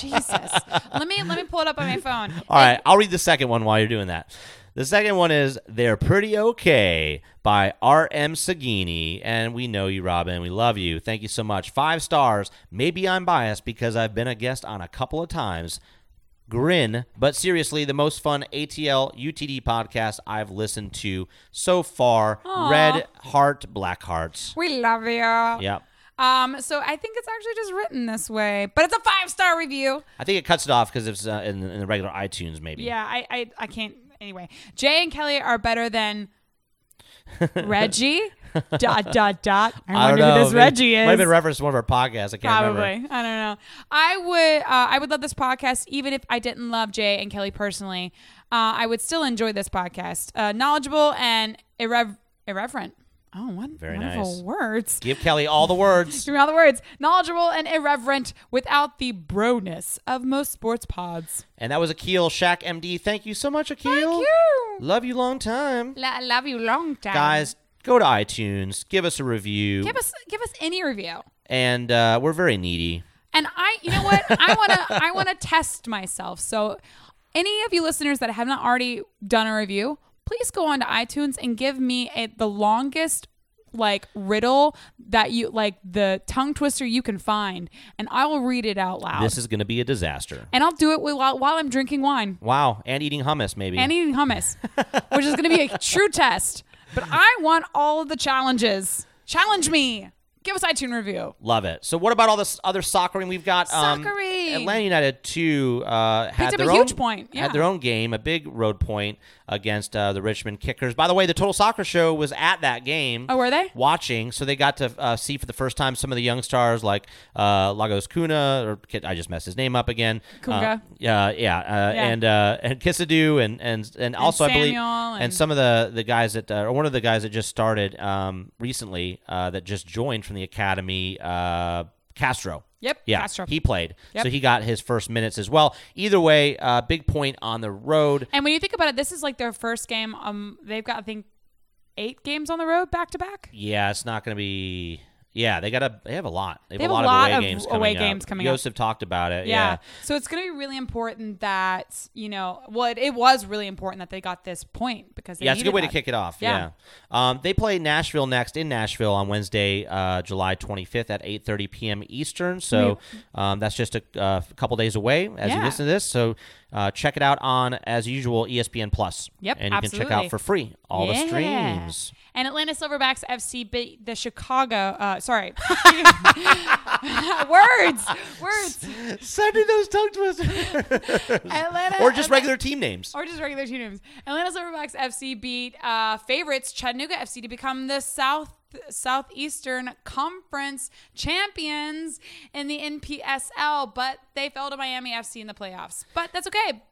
Jesus. Let me let me pull it up on my phone.
All right, I'll read the second one while you're doing that. The second one is They're Pretty Okay by R.M. Sagini. And we know you, Robin. We love you. Thank you so much. Five stars. Maybe I'm biased because I've been a guest on a couple of times. Grin, but seriously, the most fun ATL UTD podcast I've listened to so far. Red Heart, Black Hearts.
We love you.
Yep.
Um. So I think it's actually just written this way, but it's a five star review.
I think it cuts it off because it's uh, in, in the regular iTunes, maybe.
Yeah. I, I I can't. Anyway, Jay and Kelly are better than. Reggie, dot dot dot. I,
I don't
wonder
know.
who this
Maybe-
Reggie is.
Might have been referenced to one of our podcasts. I can't
Probably.
remember.
I don't know. I would. Uh, I would love this podcast, even if I didn't love Jay and Kelly personally. Uh, I would still enjoy this podcast. Uh, knowledgeable and irrev- irreverent. Oh, what
Very
wonderful
nice.
words.
Give Kelly all the words.
Give me all the words. Knowledgeable and irreverent without the broness of most sports pods.
And that was Akil Shaq MD. Thank you so much, Akil.
Thank you.
Love you long time.
Lo- love you long time.
Guys, go to iTunes, give us a review.
give us give us any review.
and uh, we're very needy.
And I, you know what? I want to I want to test myself. So any of you listeners that have not already done a review, please go on to iTunes and give me a, the longest like riddle that you like the tongue twister you can find and I will read it out loud.
This is going to be a disaster.
and I'll do it wi- while while I'm drinking wine
Wow. And eating hummus, maybe.
and eating hummus, which is going to be a true test. But I want all of the challenges. Challenge me. Give us iTunes review.
Love it. So what about all this other soccering we've got? Um,
Soccering.
Atlanta United too uh, had
Picked up
their
a
own
huge point, yeah.
Had their own game, a big road point against uh, the Richmond Kickers. By the way, the Total Soccer Show was at that game.
Oh, were they?
watching? So they got to uh, see for the first time some of the young stars like uh, Lagos Kuna, or Kid- I just messed his name up again. Uh,
Kunga.
yeah, yeah, uh, and uh, and Kissadu, and and and also I believe
Samuel
and,
and-
some of the the guys that uh, or one of the guys that just started um, recently uh, that just joined from the academy, uh, Castro.
Yep,
Yeah,
Castro.
he played,
Yep.
so he got his first minutes as well. Either way, uh, big point on the road.
And when you think about it, this is like their first game. Um, they've got I think eight games on the road back to back.
Yeah, it's not going to be. Yeah, they got a. They have a lot. They have,
They
a lot, of away games
away
coming
games
up.
coming up.
Joseph talked about it.
Yeah.
Yeah.
So it's going to be really important that, you know, well, it, it was really important that they got this point because they
Yeah, it's a good
needed
way to
that.
kick it off. Yeah,
Yeah.
Um, they play Nashville next in Nashville on Wednesday, uh, July 25th at 8:30 p.m. Eastern. So um, that's just a uh, couple days away as you
Yeah.
listen to this. So uh, check it out on as usual E ESPN Plus.
Yep,
and you can check out
absolutely.
for free all
Yeah.
the streams.
And Atlanta Silverbacks FC beat the Chicago, uh, sorry. words, words.
Sending those tongue twisters,
Atlanta
or just
Atla-
regular team names.
Or just regular team names. Atlanta Silverbacks FC beat uh, favorites Chattanooga FC to become the South Southeastern Conference champions in the NPSL, but they fell to Miami FC in the playoffs. But that's okay.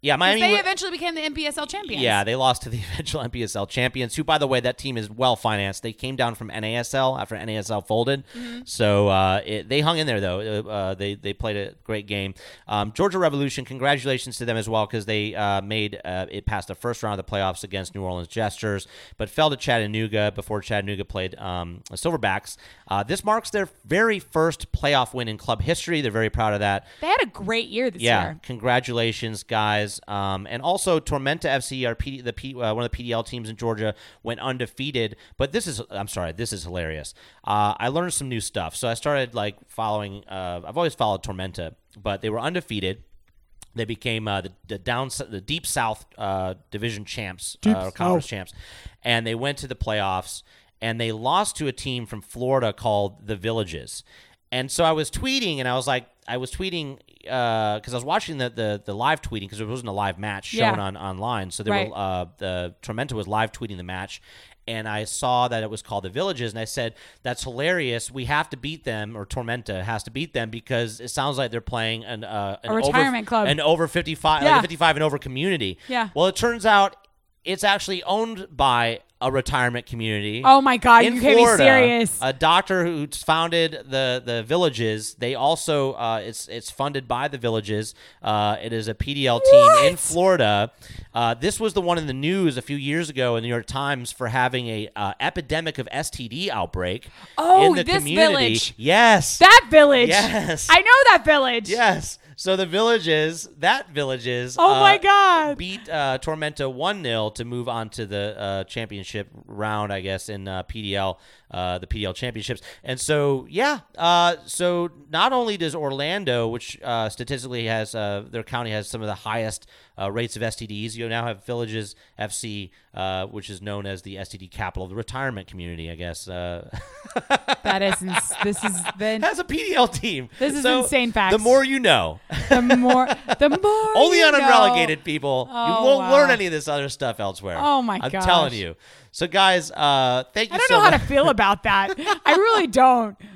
Yeah,
'cause
Miami.
they
wa-
eventually became the NPSL champions.
Yeah, they lost to the eventual NPSL champions, who, by the way, that team is well financed. They came down from NASL after NASL folded, so uh, it, they hung in there though. Uh, uh, they they played a great game. Um, Georgia Revolution, congratulations to them as well because they uh, made uh, it past the first round of the playoffs against New Orleans Jesters, but fell to Chattanooga before Chattanooga played um, Silverbacks. Uh, this marks their very first playoff win in club history. They're very proud of that.
They had a great year this
Yeah,
year.
congratulations, guys. Um, and also, Tormenta FC, our PD, the P, uh, one of the PDL teams in Georgia, went undefeated. But this is, I'm sorry, this is hilarious. Uh, I learned some new stuff. So I started like following, uh, I've always followed Tormenta, but they were undefeated. They became uh, the, the down the deep south uh, division champs uh, or conference champs, and they went to the playoffs and they lost to a team from Florida called the Villages. And so I was tweeting and I was like, I was tweeting because I was watching the the, the live tweeting because it wasn't a live match
Yeah.
shown on online, so they
Right.
were uh, the Tormenta was live tweeting the match. And I saw that it was called the Villages, and I said, "That's hilarious. We have to beat them, or Tormenta has to beat them because it sounds like they're playing an, uh, an
A retirement
over,
club.
an over 55 like
Yeah.
a 55 and over community
Yeah.
well it turns out it's actually owned by a retirement community
Oh my God,
in
you can't
Florida, Uh,
be serious.
a doctor who founded the the villages. They also uh, it's it's funded by the villages. Uh, it is a PDL team in Florida. Uh, this was the one in the news a few years ago in the New York Times for having a uh, epidemic of STD outbreak
Oh,
in the
this
community.
village.
Yes,
that village.
Yes.
I know that village.
Yes. So the villages, that villages.
Oh my God.
Beat uh, Tormenta one 0 to move on to the uh, championship round, I guess, in uh, PDL, uh, the PDL championships. And so, yeah. Uh, so not only does Orlando, which uh, statistically has uh, their county has some of the highest uh, rates of STDs, you now have Villages FC, uh, which is known as the STD capital of the retirement community, I guess. Uh,
That is, ins- this is the,
has a PDL team.
This is
So
insane facts.
The more you know.
the more, the more.
Only
you
on
know.
unrelegated people. you
Oh,
won't
wow.
learn any of this other stuff elsewhere.
Oh, my
I'm
gosh.
telling you. So guys, uh, thank you.
I don't
so
know how to
much.
feel about that. I really don't.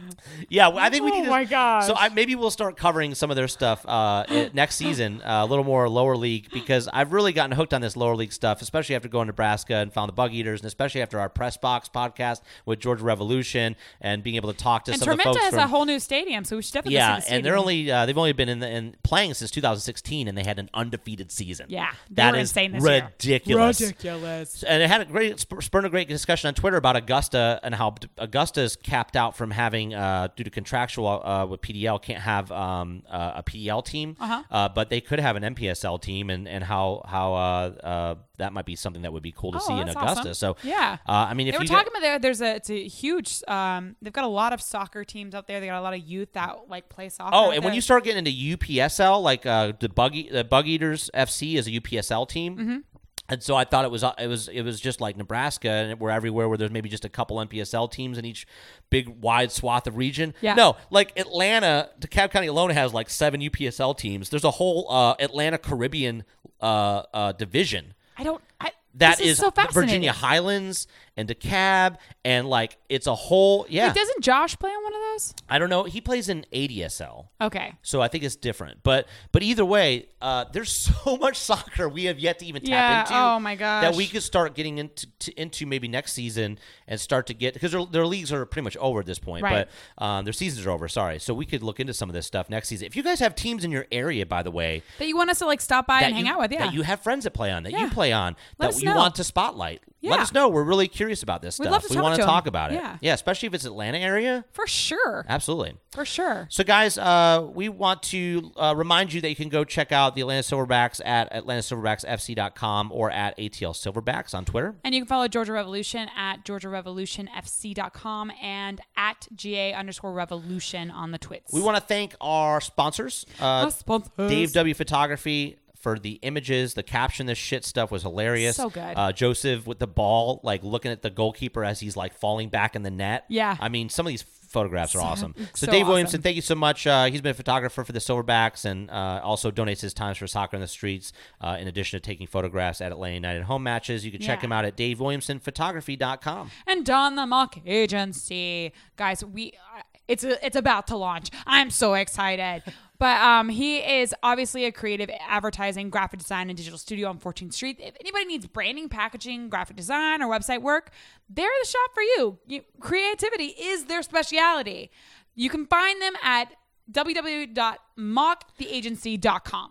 Yeah, well, I think we
Oh
need. to-
my gosh.
So I, maybe we'll start covering some of their stuff uh, i- next season, uh, a little more lower league, because I've really gotten hooked on this lower league stuff, especially after going to Nebraska and found the bug eaters, and especially after our press box podcast with Georgia Revolution and being able to talk to
And
some of the
Tormenta
folks
has
from
a whole new stadium, so we should definitely
Yeah,
see the stadium.
and they're only uh, they've only been in, the, in playing since 2016, and they had an undefeated season.
Yeah, they
that
were
is
insane this year.
ridiculous. Ridiculous. And it had a great sp- spurned a great discussion on Twitter about Augusta and how d- Augusta's capped out from having uh, due to contractual uh, with PDL can't have um, uh, a PDL team,
Uh-huh.
uh but they could have an MPSL team, and and how how uh, uh, that might be something that would be cool to
Oh,
see in
that's
Augusta.
awesome.
So
Yeah.
uh, I mean if
They were
you
talking about there. There's a it's a huge. Um, they've got a lot of soccer teams out there. They got a lot of youth that like play soccer.
Oh,
out
and when
there.
you start
Mm-hmm.
getting into UPSL, like uh, the bug, E- the bug eaters FC is a UPSL team. And so I thought it was it was it was just like Nebraska and we're everywhere where there's maybe just a couple NPSL teams in each big wide swath of region.
Yeah.
No, like Atlanta, DeKalb County alone has like seven UPSL teams. There's a whole uh, Atlanta Caribbean uh, uh, division
I don't. I,
that
this is,
is
so fascinating.
Virginia Highlands and DeKalb and like it's a whole yeah.
Like, doesn't Josh play on one of those?
I don't know. He plays in ADSL.
Okay.
So I think it's different, but but either way, uh, there's so much soccer we have yet to even tap
Yeah,
into.
oh my
That we
gosh.
could start getting into to, into maybe next season and start to get because their, their leagues are pretty much over at this point,
Right.
but um, their seasons are over. Sorry, so we could look into some of this stuff next season. If you guys have teams in your area, by the way,
That you want us to like stop by
that
and hang
you,
out with? Yeah.
that you have friends that play on, that you
Yeah.
play on,
Let
that
us
you
know.
want to spotlight. Let
Yeah.
us know. We're really curious about this
We'd
stuff.
love to
we
talk
want
to 'em.
talk about it.
Yeah.
yeah, especially if it's Atlanta area.
for sure.
Absolutely.
For sure.
So, guys, uh, we want to uh, remind you that you can go check out the Atlanta Silverbacks at atlantasilverbacksfc.com or at ATL Silverbacks on Twitter.
And you can follow Georgia Revolution at georgiarevolutionfc.com and at GA underscore revolution on the twits.
We want to thank our sponsors, uh,
Our sponsors.
Dave W. Photography. For the images, the caption, this shit stuff was hilarious.
So good.
Uh, Joseph with the ball, like looking at the goalkeeper as he's like falling back in the net.
Yeah.
I mean, some of these photographs are awesome. So,
so
Dave
awesome.
Williamson, thank you so much. Uh, he's been a photographer for the Silverbacks and uh, also donates his times for soccer in the streets. Uh, in addition to taking photographs at Atlanta United home matches, you can check
Yeah.
him out at davewilliamsonphotography.com.
and Don the Mock Agency. Guys, we uh, it's it's about to launch. I'm so excited. But um, he is obviously a creative advertising, graphic design, and digital studio on 14th Street. If anybody needs branding, packaging, graphic design, or website work, they're the shop for you. you creativity is their specialty. You can find them at www.mocktheagency.com.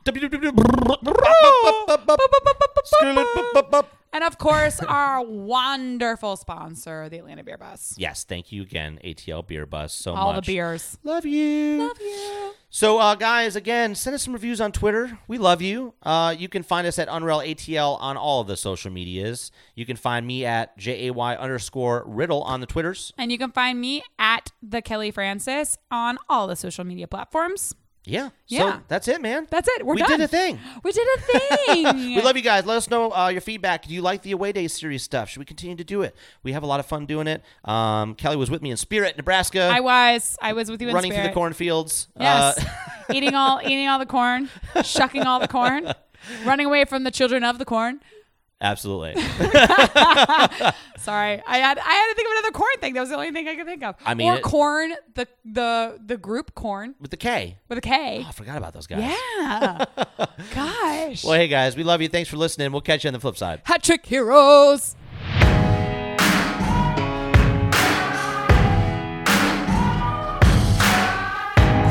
And of course, our wonderful sponsor, the Atlanta Beer Bus.
Yes, thank you again, ATL Beer Bus, so
All
much.
the beers.
Love you. Love you. So, uh, guys, again, send us some reviews on Twitter. We love you. Uh, you can find us at Unreal ATL on all of the social medias. You can find me at JAY underscore Riddle on the Twitters.
And you can find me at the Kelly Francis on all the social media platforms.
Yeah.
Yeah.
So that's it, man.
That's it. We're
we
done.
did a thing.
We did a thing.
We love you guys. Let us know uh, your feedback. Do you like the away day series stuff? Should we continue to do it? We have a lot of fun doing it. Um, Kelly was with me in spirit, Nebraska,
I was. I was with you in
running through
spirit.
the cornfields.
Yes.
Uh,
eating all eating all the corn, shucking all the corn, running away from the children of the corn.
absolutely.
Sorry. I had I had to think of another corn thing. That was the only thing I could think of.
I mean,
or
it-
corn, the the the group corn
With the K.
with a K.
Oh, I forgot about those guys.
Yeah. Gosh.
Well, hey guys, we love you. Thanks for listening. We'll catch you on the flip side.
Hat trick heroes.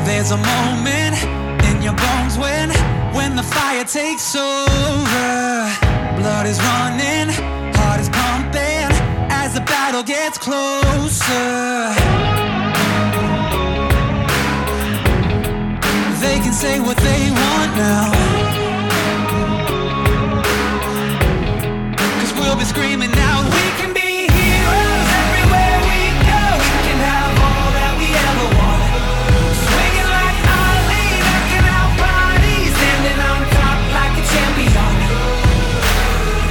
There's a moment in your bones when when the fire takes over. Blood is running, heart is pumping as the battle gets closer. They can say what they want now. Cause we'll be screaming out, we can be heroes everywhere we go. We can have all that we ever wanted. Swinging like Ali, knocking out bodies, standing on top like a champion.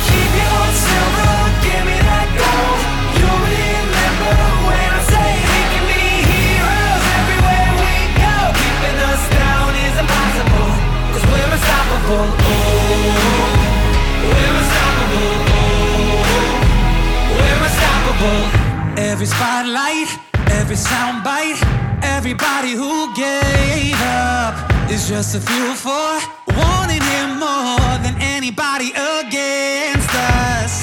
Keep your silver, give me that gold. You'll remember when I say we can be heroes everywhere we go. Keeping us down is impossible, cause we're unstoppable. We're unstoppable. We're unstoppable. Every spotlight, every soundbite, everybody who gave up is just a fuel for wanting him more than anybody against us.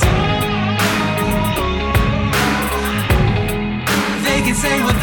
They can say what